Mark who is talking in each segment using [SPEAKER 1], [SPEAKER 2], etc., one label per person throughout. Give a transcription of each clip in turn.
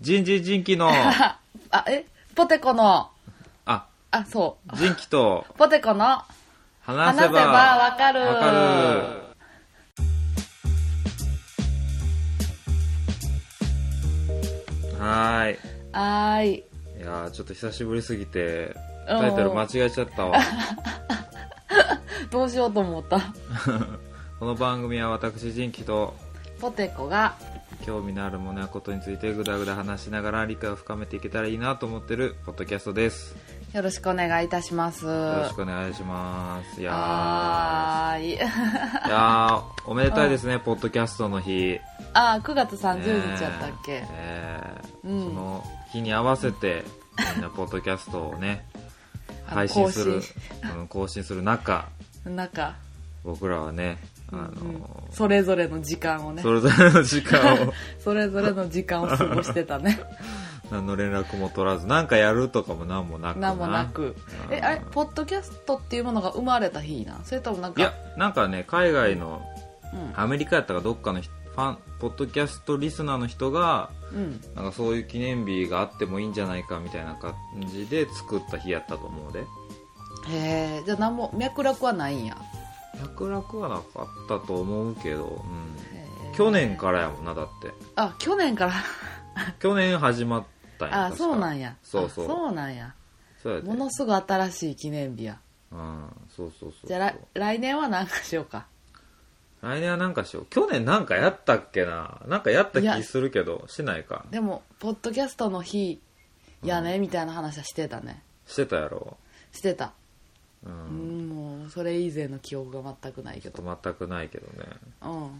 [SPEAKER 1] 人事人気 の、
[SPEAKER 2] あ、えポテコの、
[SPEAKER 1] あ、
[SPEAKER 2] あ、そう。
[SPEAKER 1] 人気と
[SPEAKER 2] ポテコの、
[SPEAKER 1] 話
[SPEAKER 2] 話
[SPEAKER 1] せ
[SPEAKER 2] せ
[SPEAKER 1] ば、
[SPEAKER 2] ばわかる。
[SPEAKER 1] わかる。はーい。
[SPEAKER 2] はーい。
[SPEAKER 1] いやーちょっと久しぶりすぎて、
[SPEAKER 2] うん
[SPEAKER 1] タイトル間違えちゃ ったわ。
[SPEAKER 2] どうしようと思った。
[SPEAKER 1] この番組は私、人気と、
[SPEAKER 2] ポテコが、
[SPEAKER 1] 興味のあるものやことについてぐだぐだ話しながら理解を深めていけたらいいなと思ってるポッドキャストです。
[SPEAKER 2] よろしくお願いいたします。
[SPEAKER 1] よろしくお願いします。いやー
[SPEAKER 2] はーい。
[SPEAKER 1] いやーおめでたいですね、ポッドキャストの日。
[SPEAKER 2] あ、9月30
[SPEAKER 1] ね
[SPEAKER 2] 日やったっけ
[SPEAKER 1] ね。え
[SPEAKER 2] うん
[SPEAKER 1] その日に合わせて、みんなポッドキャストを ね、
[SPEAKER 2] あの
[SPEAKER 1] 配信する、うん更新する中、
[SPEAKER 2] なんか、
[SPEAKER 1] 僕らはね、あの
[SPEAKER 2] うんそれぞれの時間をね。
[SPEAKER 1] それぞれの時間を
[SPEAKER 2] それぞれの時間を過ごしてたね。
[SPEAKER 1] 何の連絡も取らずなんかやるとかも何もなく
[SPEAKER 2] なんもなく。
[SPEAKER 1] うん
[SPEAKER 2] え、あれ、ポッドキャストっていうものが生まれた日なんそれともなん
[SPEAKER 1] い
[SPEAKER 2] か、
[SPEAKER 1] やなんかね海外の
[SPEAKER 2] うん
[SPEAKER 1] アメリカやったかどっかの人ファンポッドキャストリスナーの人が
[SPEAKER 2] うん。
[SPEAKER 1] なんかそういう記念日があってもいいんじゃないかみたいな感じで作った日やったと思うで
[SPEAKER 2] へえ、じゃあ何も脈絡はないんや。
[SPEAKER 1] 脈絡はなかったと思うけど、うん、
[SPEAKER 2] へえ
[SPEAKER 1] 去年からやもんなだって
[SPEAKER 2] あ、去年から。
[SPEAKER 1] 去年始まったんや
[SPEAKER 2] あ、そうなんや。
[SPEAKER 1] そうそう
[SPEAKER 2] あそうなんや。
[SPEAKER 1] そうやで
[SPEAKER 2] ものすごい新しい記念日や。
[SPEAKER 1] うんそうそうそう
[SPEAKER 2] じゃあ来来年は何かしようか。
[SPEAKER 1] 来年はなんかしよう去年なんかやったっけななんかやった気するけどしないか
[SPEAKER 2] でも、ポッドキャストの日やね、みたいな話はしてたね。
[SPEAKER 1] してたやろ
[SPEAKER 2] してた。
[SPEAKER 1] う、
[SPEAKER 2] うんん、もう、それ以前の記憶が全くない
[SPEAKER 1] ち
[SPEAKER 2] け
[SPEAKER 1] ょっと
[SPEAKER 2] ど。
[SPEAKER 1] 全くないけどね
[SPEAKER 2] うん。と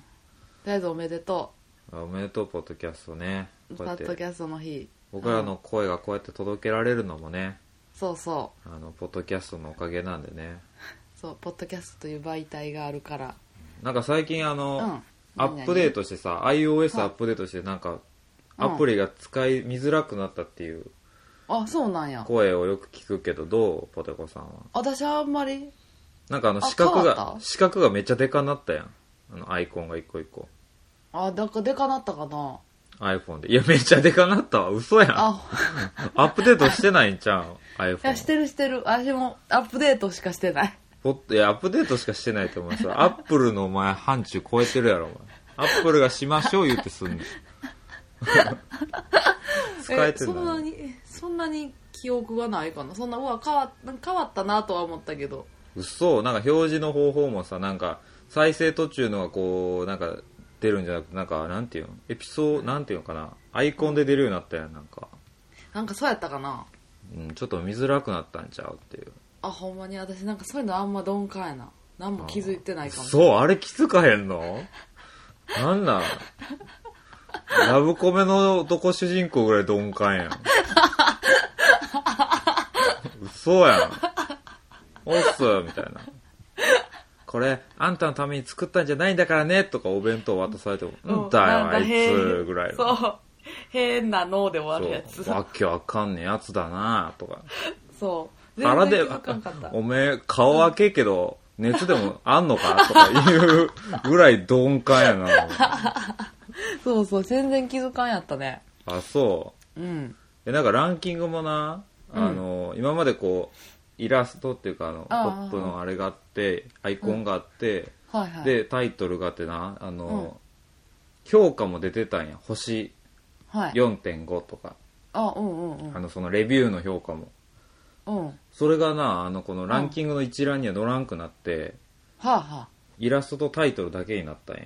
[SPEAKER 2] りあえずおめでと
[SPEAKER 1] あおめでとうポッドキャストね
[SPEAKER 2] う。
[SPEAKER 1] こ
[SPEAKER 2] ポ
[SPEAKER 1] うやっ
[SPEAKER 2] ッドキ
[SPEAKER 1] て
[SPEAKER 2] ャストの日。
[SPEAKER 1] 僕らの声がこうやって届けられるのもね
[SPEAKER 2] そうそう。
[SPEAKER 1] あのポッドキャストのおかげなんでね
[SPEAKER 2] そうポッドキャストという媒体があるから
[SPEAKER 1] なんか最近あの、
[SPEAKER 2] うん
[SPEAKER 1] アップデートしてさ iOS アップデートしてなんか
[SPEAKER 2] う
[SPEAKER 1] ア
[SPEAKER 2] ん
[SPEAKER 1] プリが使い見づらくなったっていう
[SPEAKER 2] あそうなんや
[SPEAKER 1] 声をよく聞くけどどうポテコさんは
[SPEAKER 2] 私はあんまり
[SPEAKER 1] なんかあの
[SPEAKER 2] あ
[SPEAKER 1] 四角
[SPEAKER 2] 変わ
[SPEAKER 1] が
[SPEAKER 2] った
[SPEAKER 1] 四角がめっちゃでかなったやんあのアイコンが一個一個
[SPEAKER 2] あだからでかなったかな
[SPEAKER 1] iPhone でいやめっちゃでかなったわ嘘やんア
[SPEAKER 2] あ
[SPEAKER 1] ップデートしてないんちゃう
[SPEAKER 2] いやし
[SPEAKER 1] iPhone
[SPEAKER 2] てるしてる私もアップデートしかしてない
[SPEAKER 1] ポッいやアップデートしかしてないと思うさアップルのお前範疇超えてるやろお前アップルがしましょう言ってすんの使えて
[SPEAKER 2] そ
[SPEAKER 1] る
[SPEAKER 2] んなにえそんなに記憶がないかなそんなうわ変わ変わったなとは思ったけど
[SPEAKER 1] 嘘なんか表示の方法もさなんか再生途中のがこうなんか出るんじゃなくてなんかなんていうのエピソードなんていうのかなアイコンで出るようになったやんなんか、
[SPEAKER 2] なんかそうやったかな
[SPEAKER 1] うん、ちょっと見づらくなったんちゃうっていう
[SPEAKER 2] あほんまに私なんかそういうのあんま鈍感やな何も気づいてないかも
[SPEAKER 1] そうあれ気づかへんのなんなんラブコメの男主人公ぐらい鈍感やん嘘やんおっすみたいなこれあんたのために作ったんじゃないんだからねとかお弁当渡されても「うんだ
[SPEAKER 2] な
[SPEAKER 1] よ
[SPEAKER 2] ん
[SPEAKER 1] あ
[SPEAKER 2] か
[SPEAKER 1] い
[SPEAKER 2] 変
[SPEAKER 1] つ」ぐらいの
[SPEAKER 2] そう変な脳で終わるやつ
[SPEAKER 1] そうわけわかんねえやつだなとか
[SPEAKER 2] そう
[SPEAKER 1] 腹
[SPEAKER 2] 全
[SPEAKER 1] で
[SPEAKER 2] 然気づかんかった
[SPEAKER 1] おめえ顔開けえけど熱でもあんのかとかいうぐらい鈍感や な
[SPEAKER 2] そうそう全然気づかんやったね
[SPEAKER 1] あそ
[SPEAKER 2] うん
[SPEAKER 1] うでなんかランキングもな
[SPEAKER 2] うん
[SPEAKER 1] あの、今までこうイラストっていうかあのポ
[SPEAKER 2] ああ
[SPEAKER 1] ップのあれがあってアイコンがあって、
[SPEAKER 2] はいはい
[SPEAKER 1] でタイトルがあってなあの、評価も出てたんや星
[SPEAKER 2] はい、
[SPEAKER 1] 4.5とか、
[SPEAKER 2] あうんうんうん
[SPEAKER 1] あのそのレビューの評価も
[SPEAKER 2] うんは
[SPEAKER 1] それがなあのこのランキングの一覧には乗らんくなって、
[SPEAKER 2] あは
[SPEAKER 1] イラストとタイトルだけになったんや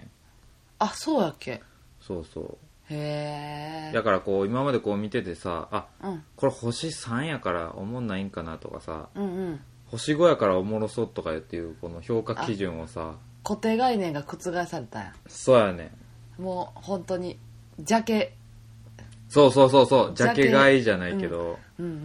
[SPEAKER 2] ああそうやっけ
[SPEAKER 1] そうそう
[SPEAKER 2] へえ
[SPEAKER 1] だからこう今までこう見ててさあ
[SPEAKER 2] うん
[SPEAKER 1] これ星3やからおもんないんかなとかさ
[SPEAKER 2] うんうん
[SPEAKER 1] 星5やからおもろそうとかっていうこの評価基準をさ
[SPEAKER 2] 固定概念が覆されたんや
[SPEAKER 1] そうやねん
[SPEAKER 2] もう本当にジャケ
[SPEAKER 1] そうそうそうそうジ
[SPEAKER 2] ジ
[SPEAKER 1] ャ
[SPEAKER 2] ャケ
[SPEAKER 1] ケ買いじゃないけど、
[SPEAKER 2] うんうんうんう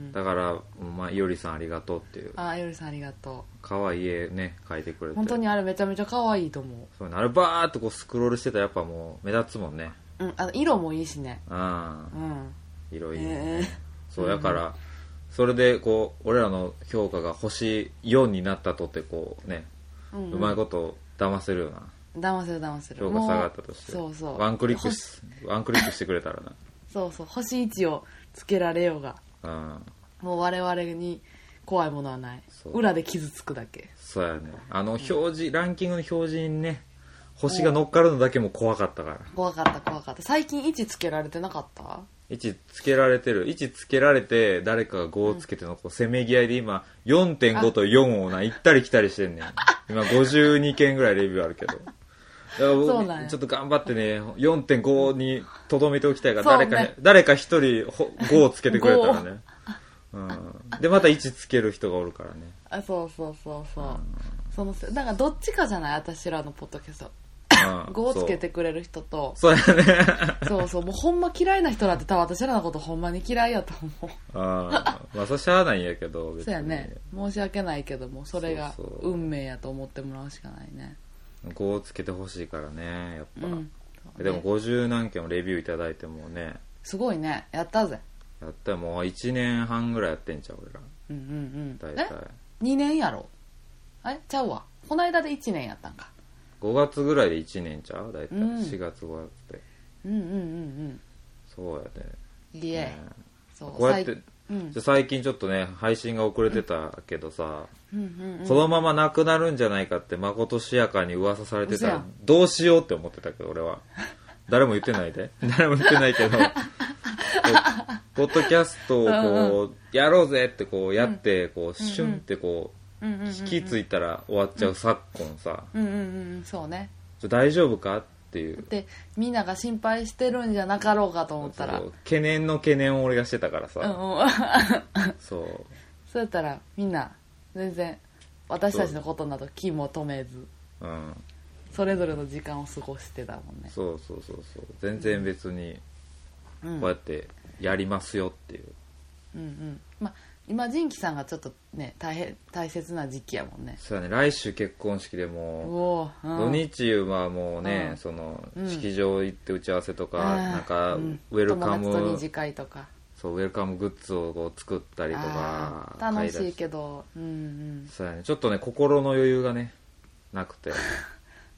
[SPEAKER 2] ん
[SPEAKER 1] だからまあいおりさんありがとうっていう
[SPEAKER 2] あゆりさんありがと
[SPEAKER 1] 可愛い絵ね描いてくれ
[SPEAKER 2] う
[SPEAKER 1] て
[SPEAKER 2] 本当にあれめちゃめちゃ可愛いと思
[SPEAKER 1] そうなるバーっとこうスクロールしてたらやっぱもう目立つもんね
[SPEAKER 2] ううんあの色もいいしね
[SPEAKER 1] うん
[SPEAKER 2] うん
[SPEAKER 1] 色いいね、
[SPEAKER 2] へえ
[SPEAKER 1] そうだから、それでこう俺らの評価が星4になったとってこうね
[SPEAKER 2] うん
[SPEAKER 1] うまいこと騙せるような
[SPEAKER 2] 騙せる騙せる
[SPEAKER 1] 評価下がったとして
[SPEAKER 2] もうそうそう
[SPEAKER 1] ワンクリック
[SPEAKER 2] ほ
[SPEAKER 1] しワンクリックしてくれたらな
[SPEAKER 2] そうそう星1をつけられようが
[SPEAKER 1] うん
[SPEAKER 2] もう我々に怖いものはない
[SPEAKER 1] そう
[SPEAKER 2] 裏で傷つくだけ
[SPEAKER 1] そうやねあの表示、ランキングの表示にね星が乗っかるのだけも怖かったから
[SPEAKER 2] 怖かった怖かった最近位置つけられてなかった
[SPEAKER 1] 位置つけられてる位置つけられて誰かが5をつけてのこうせめぎ合いで今4.5と4をな行ったり来たりしてんねん今52件ぐらいレビューあるけどだから僕
[SPEAKER 2] そうなんや
[SPEAKER 1] ちょっと頑張ってね4.5にとどめておきたいから
[SPEAKER 2] そう
[SPEAKER 1] 誰
[SPEAKER 2] ね
[SPEAKER 1] か,、誰か一人ほ5をつけてくれたらね、うん、でまた位置つける人がおるからね
[SPEAKER 2] あそうそうそうそう、そのせだからどっちかじゃない私らのポッドキャスト
[SPEAKER 1] うん
[SPEAKER 2] 5をつけてくれる人と
[SPEAKER 1] そうそうやね
[SPEAKER 2] そうそうもうほんま嫌いな人なんて多分私らのことほんまに嫌いやと思う
[SPEAKER 1] うんまあ そしゃあないんやけど別に
[SPEAKER 2] そうやね申し訳ないけどもそれが
[SPEAKER 1] そうそう
[SPEAKER 2] 運命やと思ってもらうしかないね
[SPEAKER 1] 5をつけてほしいからねやっぱ、
[SPEAKER 2] うんそうね
[SPEAKER 1] でも50何件もレビューいただいてもね
[SPEAKER 2] すごいねやったぜ
[SPEAKER 1] やったらもう1年半ぐらいやってんちゃう俺ら
[SPEAKER 2] うんうんうん
[SPEAKER 1] 大
[SPEAKER 2] え
[SPEAKER 1] 体
[SPEAKER 2] 2年やろあれちゃうわこないだで1年やったんか
[SPEAKER 1] 5月ぐらいで1年ちゃう大体
[SPEAKER 2] うん
[SPEAKER 1] 4月5月って
[SPEAKER 2] うんうんうん
[SPEAKER 1] そうやね
[SPEAKER 2] うんいえ
[SPEAKER 1] ね
[SPEAKER 2] そう
[SPEAKER 1] こうやって
[SPEAKER 2] 最うん
[SPEAKER 1] じゃあ最近ちょっとね配信が遅れてたけどさ、
[SPEAKER 2] うんうんうん
[SPEAKER 1] このままなくなるんじゃないかってまことしやかに噂されてた
[SPEAKER 2] 嘘
[SPEAKER 1] ら
[SPEAKER 2] やん
[SPEAKER 1] どうしようって思ってたけど俺は誰も言ってない で誰も言ってないけどこうポッドキャストを
[SPEAKER 2] う
[SPEAKER 1] こうやろうぜってこうやってこうシュンってこう
[SPEAKER 2] うんうんうんうん
[SPEAKER 1] 引き継いだら終わっちゃう昨今さ、
[SPEAKER 2] うんうんうんそうね
[SPEAKER 1] ちょ大丈夫かっていう
[SPEAKER 2] でみんなが心配してるんじゃなかろうかと思ったら
[SPEAKER 1] そう懸念の懸念を俺がしてたからさ、
[SPEAKER 2] うん うん
[SPEAKER 1] そう
[SPEAKER 2] そうやったらみんな全然私たちのことなど気も止めず
[SPEAKER 1] うん
[SPEAKER 2] それぞれの時間を過ごしてたもんね
[SPEAKER 1] そうそうそうそう全然別に
[SPEAKER 2] う
[SPEAKER 1] こ
[SPEAKER 2] ん
[SPEAKER 1] うやってやりますよっていう、
[SPEAKER 2] うんうんまあ今仁キさんがちょっとね大変大切な時期やもんね
[SPEAKER 1] そうやね来週結婚式で
[SPEAKER 2] う
[SPEAKER 1] も
[SPEAKER 2] おー
[SPEAKER 1] う
[SPEAKER 2] うん
[SPEAKER 1] 土日はもうね、
[SPEAKER 2] うん
[SPEAKER 1] その
[SPEAKER 2] うん
[SPEAKER 1] 式場行って打ち合わせとか、
[SPEAKER 2] あー
[SPEAKER 1] なんか
[SPEAKER 2] う
[SPEAKER 1] ウェルカ
[SPEAKER 2] 友達と
[SPEAKER 1] ム
[SPEAKER 2] 二次会とか
[SPEAKER 1] そうウェルカムグッズをこう作ったりとか
[SPEAKER 2] あー楽
[SPEAKER 1] 買
[SPEAKER 2] しい
[SPEAKER 1] 出
[SPEAKER 2] けどうんうん
[SPEAKER 1] そうやねちょっとね心の余裕がねなくて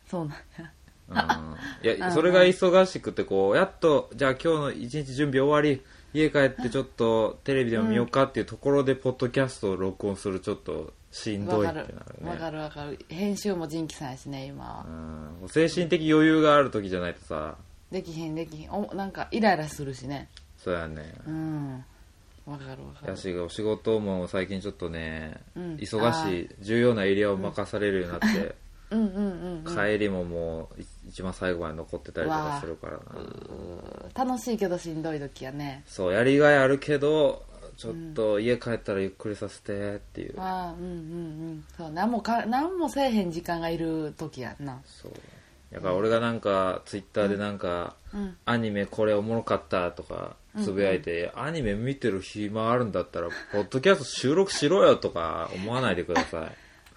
[SPEAKER 2] そうなんや
[SPEAKER 1] うんい
[SPEAKER 2] うんう
[SPEAKER 1] や
[SPEAKER 2] ん
[SPEAKER 1] それが忙しくてこうやっとじゃあ今日の一日準備終わり家帰ってちょっとテレビでも見ようかっていうところでポッドキャストを録音するちょっとしんど
[SPEAKER 2] わ
[SPEAKER 1] いっ
[SPEAKER 2] か
[SPEAKER 1] てな
[SPEAKER 2] る
[SPEAKER 1] るね
[SPEAKER 2] わかるわかる編集も仁キさんやしね今は
[SPEAKER 1] うん精神的余裕がある時じゃないとさ
[SPEAKER 2] できへんできへんおなんかイライラするしね
[SPEAKER 1] そうやね
[SPEAKER 2] うんわかるわか
[SPEAKER 1] や
[SPEAKER 2] る
[SPEAKER 1] しお仕事も最近ちょっとね、
[SPEAKER 2] うん
[SPEAKER 1] 忙しい重要なエリアを任されるようになって、
[SPEAKER 2] うんうんうんうん
[SPEAKER 1] 帰りももうい一番最後まで残ってたりとかするからな
[SPEAKER 2] 楽しいけどしんどい時やね
[SPEAKER 1] そうやりがいあるけどちょっと家帰ったらゆっくりさせてっていう、
[SPEAKER 2] ああうんうんうんそう何もか何もせえへん時間がいる時やんな
[SPEAKER 1] そうだから俺がなんかツイッターでなんか、
[SPEAKER 2] うん
[SPEAKER 1] アニメこれおもろかったとかつぶやいて、アニメ見てる暇あるんだったらポッドキャスト収録しろよとか思わないでくださ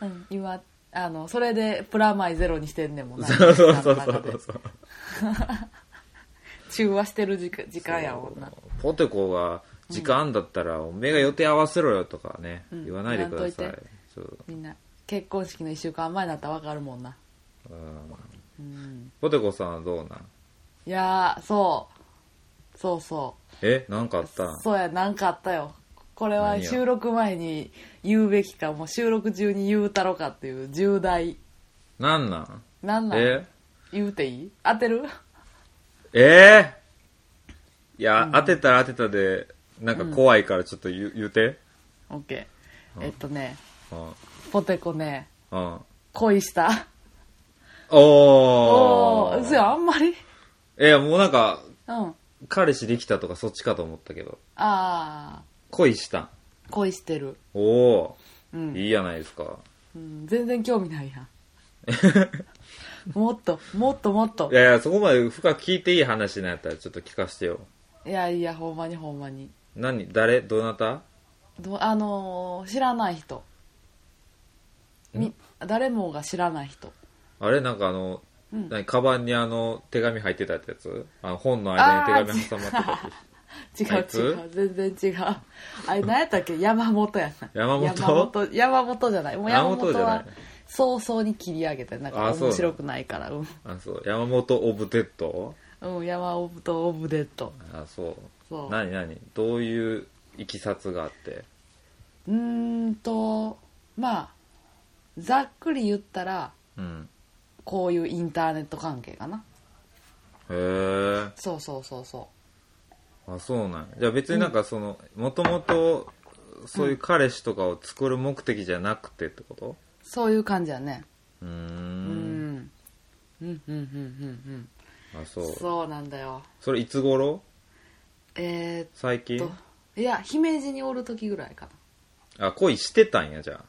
[SPEAKER 1] い
[SPEAKER 2] うん今あのそれでプラマイゼロにしてんねんもんな
[SPEAKER 1] そうそうそう
[SPEAKER 2] 自分の中
[SPEAKER 1] そ
[SPEAKER 2] で
[SPEAKER 1] うそう
[SPEAKER 2] 中和してる時間時間やもんな
[SPEAKER 1] ポテコが時間だったらおめえが予定合わせろよとかね、
[SPEAKER 2] うん
[SPEAKER 1] 言わないでください
[SPEAKER 2] 言わんといて
[SPEAKER 1] そう、
[SPEAKER 2] みんな結婚式の1週間前になったらわかるもんな
[SPEAKER 1] うん、
[SPEAKER 2] うん
[SPEAKER 1] ポテコさんはどうなん
[SPEAKER 2] いやーそうそうそう
[SPEAKER 1] えなんかあったん
[SPEAKER 2] そうや、なんかあったよ。これ
[SPEAKER 1] 何
[SPEAKER 2] は
[SPEAKER 1] や
[SPEAKER 2] 収録前に言うべきか、もう収録中に言うたろかっていう重大。
[SPEAKER 1] なんなん
[SPEAKER 2] なんなん
[SPEAKER 1] え
[SPEAKER 2] 言うていい当てる
[SPEAKER 1] えー、いや、当てたら当てたで、なんか怖いからちょっと言,、う言うて。
[SPEAKER 2] オッケー。えっとね、
[SPEAKER 1] うん。
[SPEAKER 2] ポテコね、
[SPEAKER 1] うん。
[SPEAKER 2] 恋した。
[SPEAKER 1] お
[SPEAKER 2] お
[SPEAKER 1] ー。
[SPEAKER 2] ー、嘘や、あんまり。
[SPEAKER 1] いや、もうなんか、
[SPEAKER 2] うん。
[SPEAKER 1] 彼氏できたとかそっちかと思ったけど。
[SPEAKER 2] あ
[SPEAKER 1] 恋したん。
[SPEAKER 2] ー、恋してる。
[SPEAKER 1] お
[SPEAKER 2] う
[SPEAKER 1] ー。
[SPEAKER 2] ん。
[SPEAKER 1] いいやないですか。
[SPEAKER 2] うん、全然興味ないや ん。もっと、もっともっと
[SPEAKER 1] い。やいや、そこまで深く聞いていい話なんやったらちょっと聞かせてよ。
[SPEAKER 2] いやいや、ほんまにほんまに。
[SPEAKER 1] 何誰どなた
[SPEAKER 2] どあのー知らない人。み、誰もが知らない人。
[SPEAKER 1] あれなんかあの、
[SPEAKER 2] うん
[SPEAKER 1] 何カバンにあの、手紙入ってたってやつあの本の間に手紙挟まってたってやつ。
[SPEAKER 2] 違う
[SPEAKER 1] あいつ
[SPEAKER 2] 違う全然違う あれ何やったっけ山本やな
[SPEAKER 1] 山本
[SPEAKER 2] 山本山本じゃないもう
[SPEAKER 1] 山
[SPEAKER 2] 山
[SPEAKER 1] 本
[SPEAKER 2] 本
[SPEAKER 1] じゃない
[SPEAKER 2] は早々に切り上げてなんか
[SPEAKER 1] あそうなの
[SPEAKER 2] 面白くないからうん
[SPEAKER 1] あ、そう。山本オブテッド
[SPEAKER 2] うん、山オブとオブデッド。
[SPEAKER 1] あそう
[SPEAKER 2] そう
[SPEAKER 1] 何何どういういきさつがあって
[SPEAKER 2] うーんと、まあ、ざっくり言ったら、
[SPEAKER 1] うん
[SPEAKER 2] こういうインターネット関係かな。
[SPEAKER 1] へえ
[SPEAKER 2] そうそうそうそ
[SPEAKER 1] あそうなんやじゃあ別になんかそのもともとそういう彼氏とかを作る目的じゃなくてってこと
[SPEAKER 2] う。そういう感じやね。
[SPEAKER 1] うー
[SPEAKER 2] うんん。うん、うん、うん、うん、
[SPEAKER 1] あそ
[SPEAKER 2] うん。
[SPEAKER 1] う
[SPEAKER 2] そうなんだよ。
[SPEAKER 1] それいつ頃
[SPEAKER 2] え
[SPEAKER 1] 最
[SPEAKER 2] ー
[SPEAKER 1] 近
[SPEAKER 2] っと、いや、姫路におる時ぐらいかな。
[SPEAKER 1] あ恋してたんやじゃあ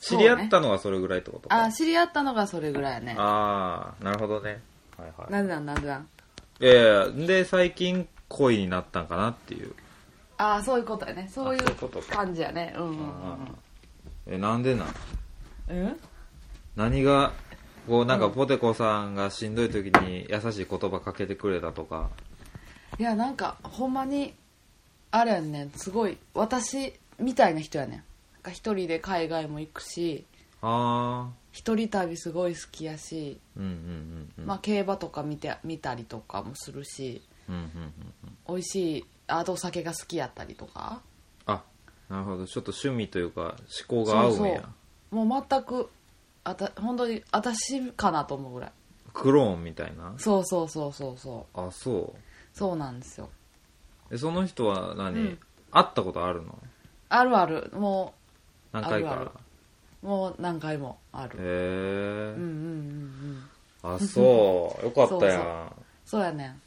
[SPEAKER 1] 知り合ったのはそれぐらいってことか、
[SPEAKER 2] あ、知り合ったのがそれぐらいやね。
[SPEAKER 1] ああなるほどねはいはい
[SPEAKER 2] なんでなんなんでなん
[SPEAKER 1] いやいやで最近恋になったんかなっていう
[SPEAKER 2] ああそういうことやねそう
[SPEAKER 1] あ
[SPEAKER 2] い
[SPEAKER 1] そういうこと
[SPEAKER 2] う
[SPEAKER 1] か
[SPEAKER 2] 感じやねうんうん
[SPEAKER 1] あーえなんでなん
[SPEAKER 2] うんうん
[SPEAKER 1] 何がこうなんかポテコさんがしんどい時に優しい言葉かけてくれたとか
[SPEAKER 2] いやなんかほんまにあれやねすごい私みたいな人やねんなんか一人で海外も行くし
[SPEAKER 1] ああ
[SPEAKER 2] 一人旅すごい好きやし、
[SPEAKER 1] うんうんうんうん
[SPEAKER 2] まあ、競馬とか見て見たりとかもするし
[SPEAKER 1] うんうんうんうん
[SPEAKER 2] 美味しいあとお酒が好きやったりとか
[SPEAKER 1] あなるほどちょっと趣味というか思考が合うんや
[SPEAKER 2] そうそうもう全くあた本当に私かなと思うぐらい
[SPEAKER 1] クローンみたいな
[SPEAKER 2] そうそうそうそうそう
[SPEAKER 1] あそ
[SPEAKER 2] そうなんですよ
[SPEAKER 1] うえその人は何、
[SPEAKER 2] うん
[SPEAKER 1] 会ったことあるの
[SPEAKER 2] あるあるもう
[SPEAKER 1] 何回か
[SPEAKER 2] あるあもう何回もある。
[SPEAKER 1] へえ、
[SPEAKER 2] うんうんうんうん。
[SPEAKER 1] あ そうよかったやん
[SPEAKER 2] そうやねん。
[SPEAKER 1] やっ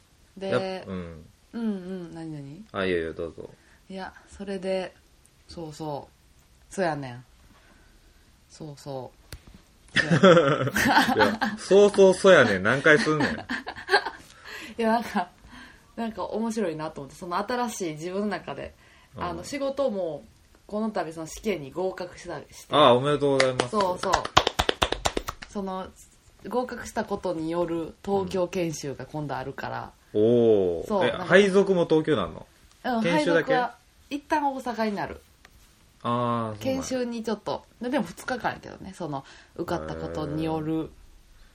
[SPEAKER 2] で
[SPEAKER 1] ぱ、うん
[SPEAKER 2] うんうん、何何
[SPEAKER 1] あいいよいいよどうぞ
[SPEAKER 2] いや、それで、そうそう。そうやねん。そうそう。そうやねん
[SPEAKER 1] いやそうそうそうやねん何回すんねん
[SPEAKER 2] いや、なんか、なんか面白いなと思って、その新しい自分の中で、
[SPEAKER 1] うん
[SPEAKER 2] あの、仕事も、この度その試験に合格したりして、
[SPEAKER 1] あおめでとうございます
[SPEAKER 2] そうそう。その、合格したことによる東京研修が今度あるから、
[SPEAKER 1] おお
[SPEAKER 2] そう
[SPEAKER 1] え
[SPEAKER 2] なんか
[SPEAKER 1] 配属も東京なの
[SPEAKER 2] うん、
[SPEAKER 1] 研修だけ
[SPEAKER 2] 配属は一旦大阪になる
[SPEAKER 1] ああ
[SPEAKER 2] 研修にちょっとででも2日間やけどねその受かったことによる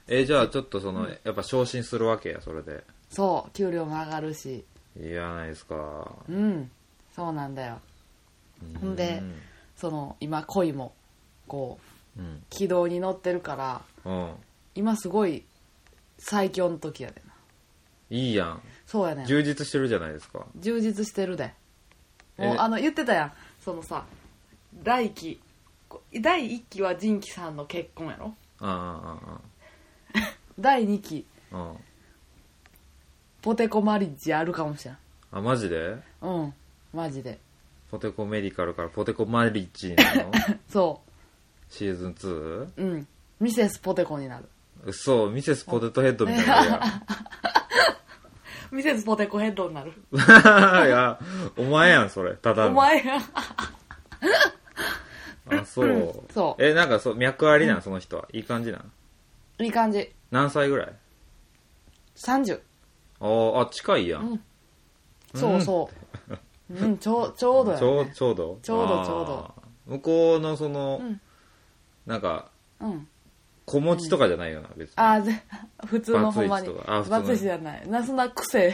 [SPEAKER 1] えじゃあちょっとその、やっぱ昇進するわけやそれで
[SPEAKER 2] そう給料も上がるし
[SPEAKER 1] いいやないですか
[SPEAKER 2] うんそうなんだよほんでその今恋もこう
[SPEAKER 1] うん
[SPEAKER 2] 軌道に乗ってるから
[SPEAKER 1] うん、うん、
[SPEAKER 2] 今すごい最強の時やでない
[SPEAKER 1] いやん
[SPEAKER 2] そうやねん
[SPEAKER 1] 充実してるじゃないですか
[SPEAKER 2] 充実してるでもう
[SPEAKER 1] え
[SPEAKER 2] あの言ってたやんそのさ来期こ第1期は仁紀さんの結婚やろ
[SPEAKER 1] あ
[SPEAKER 2] 第2期
[SPEAKER 1] あああうん
[SPEAKER 2] ポテコマリッジあるかもしれん
[SPEAKER 1] あマジで
[SPEAKER 2] うんマジで
[SPEAKER 1] ポテコメディカルからポテコマリッ ジになるの
[SPEAKER 2] そ
[SPEAKER 1] シーズン 2?
[SPEAKER 2] ううんミセスポテコになる
[SPEAKER 1] 嘘ミセスポテトヘッドみたいな
[SPEAKER 2] ミセスポテコヘッドになる
[SPEAKER 1] やんいやお前やんそれただ
[SPEAKER 2] お
[SPEAKER 1] の
[SPEAKER 2] 前が
[SPEAKER 1] あそう、
[SPEAKER 2] そう
[SPEAKER 1] えなんかそう脈ありなんその人はいい感じなん
[SPEAKER 2] いい感じ
[SPEAKER 1] 何歳ぐらい
[SPEAKER 2] 30
[SPEAKER 1] あーあ近いやん、
[SPEAKER 2] うんそうそううんちょうちょうどや
[SPEAKER 1] ちょう
[SPEAKER 2] ね
[SPEAKER 1] ちょうど
[SPEAKER 2] ちょうど
[SPEAKER 1] あー
[SPEAKER 2] ちょうど
[SPEAKER 1] 向こうのその、
[SPEAKER 2] うん
[SPEAKER 1] なんか
[SPEAKER 2] うん
[SPEAKER 1] 子持ちとかじゃないよな別に
[SPEAKER 2] ああぜ 普通のほんま
[SPEAKER 1] バ
[SPEAKER 2] に
[SPEAKER 1] ツイチとかあ普通の
[SPEAKER 2] バツイチじゃないなそんな癖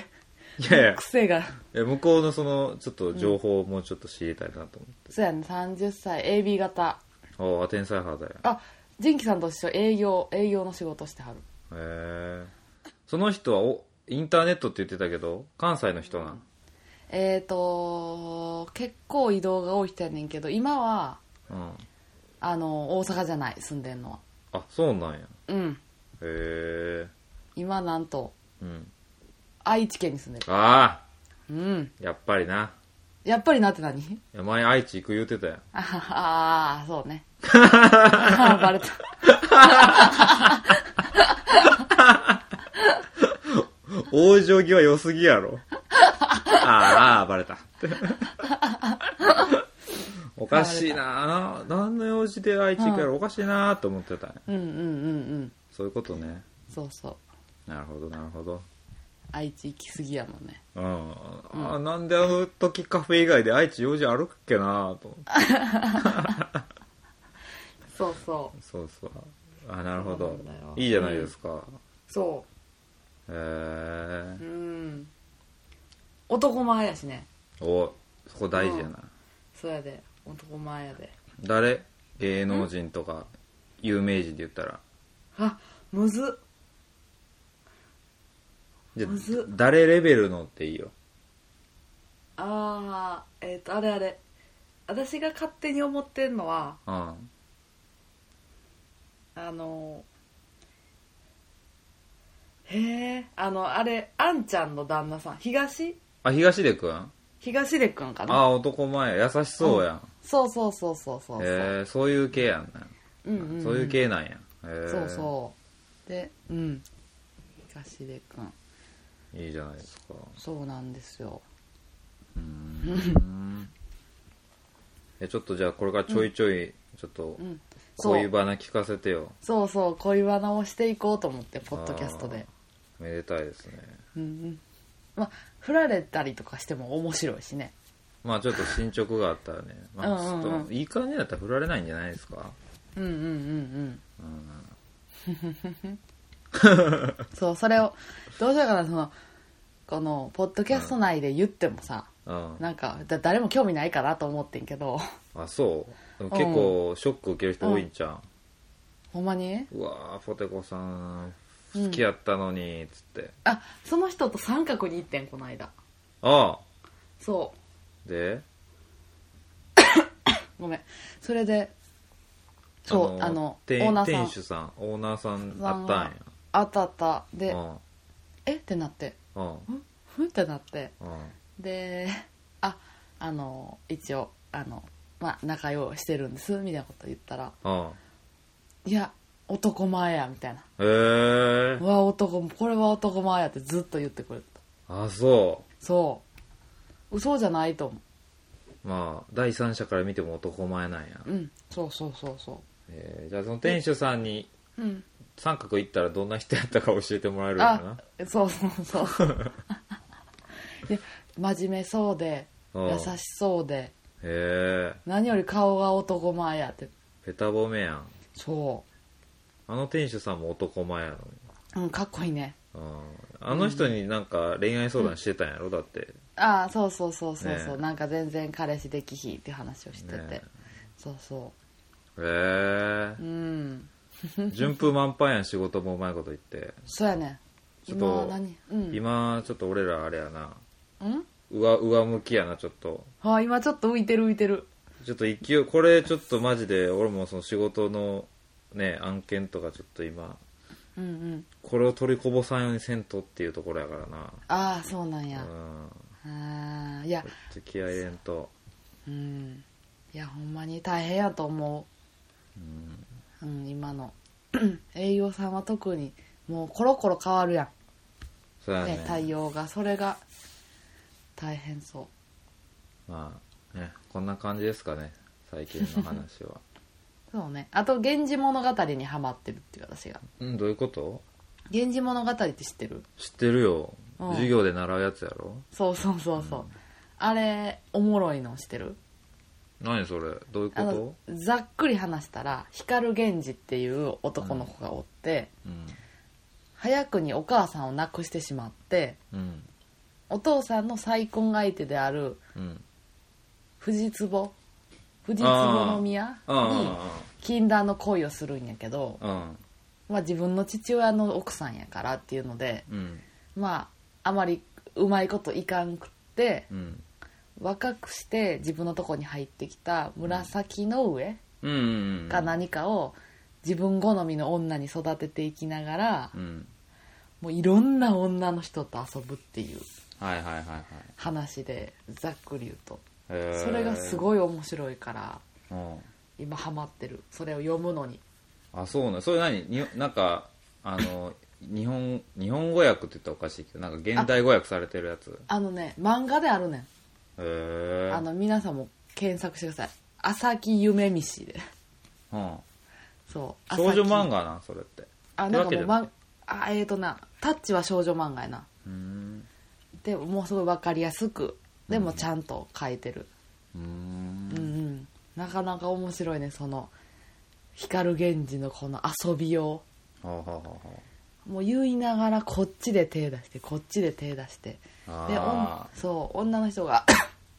[SPEAKER 1] いやいや
[SPEAKER 2] 癖が
[SPEAKER 1] え向こうのそのちょっと情報をもうちょっと知りたいなと
[SPEAKER 2] そうやね30歳 AB 型
[SPEAKER 1] 思って、ああ天才肌や
[SPEAKER 2] あジンキさんと一緒営業営業の仕事してはる
[SPEAKER 1] へえその人はおインターネットって言ってたけど関西の人なん
[SPEAKER 2] えーと結構移動が多い人やねんけど今は
[SPEAKER 1] うん、
[SPEAKER 2] あの大阪じゃない住んでんのは
[SPEAKER 1] あそうなんやへ
[SPEAKER 2] うん
[SPEAKER 1] え
[SPEAKER 2] 今なんと
[SPEAKER 1] うん
[SPEAKER 2] 愛知県に住んでる
[SPEAKER 1] ああ
[SPEAKER 2] うん
[SPEAKER 1] やっぱりな
[SPEAKER 2] やっぱりなって何
[SPEAKER 1] いや前愛知行く言うてたやん
[SPEAKER 2] あははあー そうねあーバレた
[SPEAKER 1] 往生際良すぎや ろああバレたおかしいなな何の用事で愛知行くやろおかしいなと思ってたんや
[SPEAKER 2] うんうんうんうん
[SPEAKER 1] そういうことね
[SPEAKER 2] そうそう
[SPEAKER 1] なるほどなるほど
[SPEAKER 2] 愛知行き過ぎやもんね
[SPEAKER 1] うん、あなんであの時カフェ以外で愛知用事あるっけなと思って
[SPEAKER 2] そうそ
[SPEAKER 1] そうそうあなるほど
[SPEAKER 2] そうなんだよ
[SPEAKER 1] いいじゃないですか、
[SPEAKER 2] うそ
[SPEAKER 1] へえ
[SPEAKER 2] うん男前やしね
[SPEAKER 1] おそこ大事やな、
[SPEAKER 2] そうやで男前やで
[SPEAKER 1] 誰芸能人とか有名人で言ったら
[SPEAKER 2] あむずっ
[SPEAKER 1] じゃあ
[SPEAKER 2] むずっ
[SPEAKER 1] 誰レベルのっていいよ
[SPEAKER 2] ああえっ、とあれあれ私が勝手に思ってんのは
[SPEAKER 1] うん
[SPEAKER 2] あのへえあのあれあんちゃんの旦那さん東
[SPEAKER 1] あ東出くんあ
[SPEAKER 2] 東出くんかな
[SPEAKER 1] あ男前優しそうやん、
[SPEAKER 2] そうそうそうそうそうそう、
[SPEAKER 1] へえそういう系やんな、
[SPEAKER 2] うんうんん
[SPEAKER 1] そういう系なんやへえ
[SPEAKER 2] そうそうでうん東出くん
[SPEAKER 1] ういいじゃないですか
[SPEAKER 2] そうなんですよ
[SPEAKER 1] えちょっとじゃあこれからちょいちょい、ちょっと
[SPEAKER 2] うんそう
[SPEAKER 1] 恋バナ聞かせてよ
[SPEAKER 2] そうそう恋バナをしていこうと思ってポッドキャストで
[SPEAKER 1] あーめでたいですね
[SPEAKER 2] うんうんまあ振られたりとかしても面白いしね
[SPEAKER 1] まあちょっと進捗があったらね、まあ、ち
[SPEAKER 2] うんうんうん
[SPEAKER 1] ょっといい感じだったら振られないんじゃないですか
[SPEAKER 2] うんうんうんうんそうそれをどうしようかなそのこのポッドキャスト内で言ってもさ、
[SPEAKER 1] うん
[SPEAKER 2] なんかだ誰も興味ないかなと思ってんけど
[SPEAKER 1] あそうでも結構ショック受ける人多いんちゃ
[SPEAKER 2] ほんまに
[SPEAKER 1] う、うわーポテコさん好きやったのにっつって、
[SPEAKER 2] あその人と三角に行ってんこの間
[SPEAKER 1] あ
[SPEAKER 2] そ
[SPEAKER 1] あで
[SPEAKER 2] うごめんそれでそうあのオ
[SPEAKER 1] 店
[SPEAKER 2] ーナーさん
[SPEAKER 1] 店主さんオーナーさんあったんや
[SPEAKER 2] あったあったで、
[SPEAKER 1] う
[SPEAKER 2] えってなって
[SPEAKER 1] んうん
[SPEAKER 2] ふんってなって
[SPEAKER 1] うん
[SPEAKER 2] でああの一応あのまあ仲良いしてるんですみたいなこと言ったら
[SPEAKER 1] うん
[SPEAKER 2] いや男前やみたいな
[SPEAKER 1] へえ
[SPEAKER 2] うわ男これは男前やってずっと言ってくれた
[SPEAKER 1] あそ
[SPEAKER 2] そう嘘じゃないと思
[SPEAKER 1] うまあ第三者から見ても男前なんや
[SPEAKER 2] ううんそうそうそうそ
[SPEAKER 1] えーじゃあその店主さんに
[SPEAKER 2] ううん
[SPEAKER 1] 三角行ったらどんな人やったか教えてもらえるか
[SPEAKER 2] あ
[SPEAKER 1] な
[SPEAKER 2] そうそう そういや真面目そうで
[SPEAKER 1] うん
[SPEAKER 2] 優しそうで
[SPEAKER 1] へえ
[SPEAKER 2] 何より顔が男前やって
[SPEAKER 1] ペタボメやん
[SPEAKER 2] そ
[SPEAKER 1] あの店主さんも男前やのに
[SPEAKER 2] う、うん、かっこいいね
[SPEAKER 1] うんあの人になんか恋愛相談してたんやろだって
[SPEAKER 2] ああそうそうそうそうそう、
[SPEAKER 1] ねえ
[SPEAKER 2] なんか全然彼氏できひって話をしてて、
[SPEAKER 1] ねえ
[SPEAKER 2] そうそ
[SPEAKER 1] へ
[SPEAKER 2] ううん
[SPEAKER 1] え順風満帆やん仕事もうまいこと言って
[SPEAKER 2] そうやね
[SPEAKER 1] ちょっと
[SPEAKER 2] 今は何うん
[SPEAKER 1] 今ちょっと俺らあれやなん上上向きやなちょっと
[SPEAKER 2] あー今ちょっと浮いてる浮いてる
[SPEAKER 1] ちょっと勢いこれちょっとマジで俺もその仕事のね案件とかちょっと今
[SPEAKER 2] うんうん
[SPEAKER 1] これを取りこぼさんようにせんとっていうところやからな
[SPEAKER 2] ああそうなんや
[SPEAKER 1] う、ん
[SPEAKER 2] ああいや
[SPEAKER 1] こっち気合い入れんと
[SPEAKER 2] うんいやほんまに大変やと思ううん、今の 栄養さんは特にもうコロコロ変わるや
[SPEAKER 1] そうや
[SPEAKER 2] ん、
[SPEAKER 1] ね
[SPEAKER 2] ね、対応がそれが大変そ
[SPEAKER 1] まあねこんな感じですかね最近の話 は
[SPEAKER 2] うそうねあと「源氏物語」にハマってるっていう私が
[SPEAKER 1] うんどういうこと
[SPEAKER 2] 「源氏物語」って知ってる
[SPEAKER 1] 知ってるよ
[SPEAKER 2] うん
[SPEAKER 1] 授業で習うやつやろ
[SPEAKER 2] そうそうそうそう、あれおもろいの知ってる
[SPEAKER 1] 何それどういうこ
[SPEAKER 2] あの
[SPEAKER 1] と
[SPEAKER 2] ざっくり話したら光源氏っていう男の子がおって、
[SPEAKER 1] うん
[SPEAKER 2] 早くにお母さんを亡くしてしまって
[SPEAKER 1] うん
[SPEAKER 2] お父さんの再婚相手である
[SPEAKER 1] うん
[SPEAKER 2] 藤壺藤壺宮に
[SPEAKER 1] あ
[SPEAKER 2] 禁断の恋をするんやけど
[SPEAKER 1] あ、あ
[SPEAKER 2] まあ、自分の父親の奥さんやからっていうので
[SPEAKER 1] うん
[SPEAKER 2] まああまりうまいこといかんくって
[SPEAKER 1] うん
[SPEAKER 2] 若くして自分のとこに入ってきた紫の上、
[SPEAKER 1] うんうんうん
[SPEAKER 2] か何かを自分好みの女に育てていきながら
[SPEAKER 1] うん
[SPEAKER 2] もういろんな女の人と遊ぶっていう
[SPEAKER 1] はいはいはいはい
[SPEAKER 2] 話でざっくり言うと
[SPEAKER 1] へー
[SPEAKER 2] それがすごい面白いから
[SPEAKER 1] うん
[SPEAKER 2] 今ハマってるそれを読むのに
[SPEAKER 1] あそうなそれ何になんかあの日本日本語訳って言ったらおかしいけどなんか現代語訳されてるやつへ
[SPEAKER 2] あのね漫画であるねん
[SPEAKER 1] え
[SPEAKER 2] あの皆さんも検索してください「朝木夢見し」で
[SPEAKER 1] うん、
[SPEAKER 2] そう
[SPEAKER 1] 少女漫
[SPEAKER 2] 画
[SPEAKER 1] 画なんそれって
[SPEAKER 2] あなんかもう
[SPEAKER 1] 漫
[SPEAKER 2] 漫あえーとな「タッチ」は少女漫画やな
[SPEAKER 1] うん
[SPEAKER 2] でもうすごい分かりやすくでもちゃんと書いてる、
[SPEAKER 1] うーん
[SPEAKER 2] うんうん、なかなか面白いねその光源氏のこの遊びよ
[SPEAKER 1] はあはあはあはあ
[SPEAKER 2] うもう言いながらこっちで手出してこっちで手出してで
[SPEAKER 1] あ
[SPEAKER 2] おんそう女の人が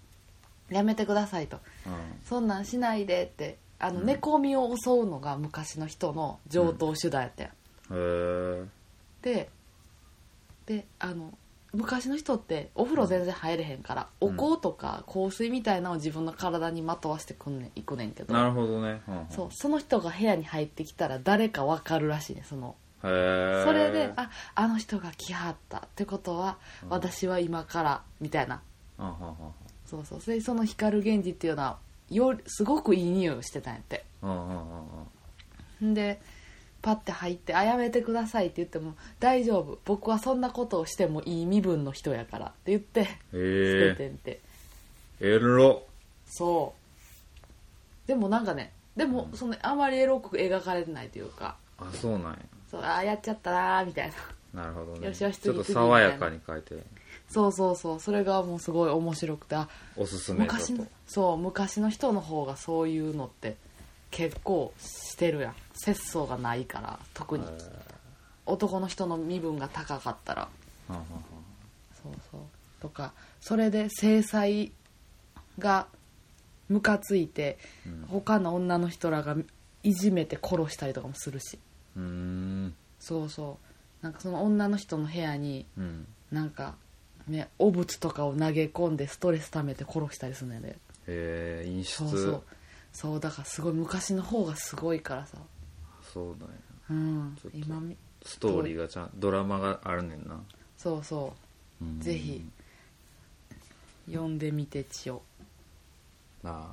[SPEAKER 2] やめてくださいと
[SPEAKER 1] あ、
[SPEAKER 2] そんなんしないでってあの
[SPEAKER 1] うん
[SPEAKER 2] 猫みを襲うのが昔の人の上等手段やったやん、
[SPEAKER 1] うん、へえ
[SPEAKER 2] でであの昔の人ってお風呂全然入れへんから、お香とか香水みたいなのを自分の体にまとわしてくんねんいくねんけど
[SPEAKER 1] なるほどね、うんうん
[SPEAKER 2] そうその人が部屋に入ってきたら誰かわかるらしいねその
[SPEAKER 1] へえ
[SPEAKER 2] それでああの人が来はったってことは
[SPEAKER 1] うん
[SPEAKER 2] 私は今からみたいな
[SPEAKER 1] うんうんうんうん
[SPEAKER 2] そうそうそれでその光源氏っていうのはよりすごくいい匂いをしてたんやって
[SPEAKER 1] うんうんうんうん
[SPEAKER 2] んでパッて入って「あやめてください」って言っても「大丈夫僕はそんなことをしてもいい身分の人やから」って言って捨て
[SPEAKER 1] へ
[SPEAKER 2] て
[SPEAKER 1] え
[SPEAKER 2] んて、
[SPEAKER 1] エロ
[SPEAKER 2] そうでもなんかねでも
[SPEAKER 1] うん
[SPEAKER 2] そのあまりエロく描かれてないというか
[SPEAKER 1] あそうなんや
[SPEAKER 2] そうあーやっちゃったなーみたいな
[SPEAKER 1] なるほどね
[SPEAKER 2] よしよし
[SPEAKER 1] ちょっと
[SPEAKER 2] 次々み
[SPEAKER 1] 爽
[SPEAKER 2] たいな
[SPEAKER 1] やかに書いて
[SPEAKER 2] そうそうそうそれがもうすごい面白くてあ
[SPEAKER 1] おすすめだ
[SPEAKER 2] 昔
[SPEAKER 1] と
[SPEAKER 2] のそう昔の人の方がそういうのって結構してるやん節操がないから特に
[SPEAKER 1] へえ
[SPEAKER 2] 男の人の身分が高かったら
[SPEAKER 1] うんうん
[SPEAKER 2] そうそうとかそれで制裁がムカついて
[SPEAKER 1] うん
[SPEAKER 2] 他の女の人らがいじめて殺したりとかもするし
[SPEAKER 1] うん
[SPEAKER 2] そうそうなんかその女の人の部屋に
[SPEAKER 1] うーんうん
[SPEAKER 2] なんかね汚物とかを投げ込んでストレス溜めて殺したりするんやで
[SPEAKER 1] へえ陰湿
[SPEAKER 2] そうそうそうだからすごい昔の方がすごいからさ
[SPEAKER 1] そうだね
[SPEAKER 2] うん
[SPEAKER 1] ちょっと
[SPEAKER 2] 今み
[SPEAKER 1] ストーリーがちゃんドラマがあるねんな
[SPEAKER 2] そうそ
[SPEAKER 1] うん
[SPEAKER 2] うぜひ読んでみてちよ
[SPEAKER 1] なあ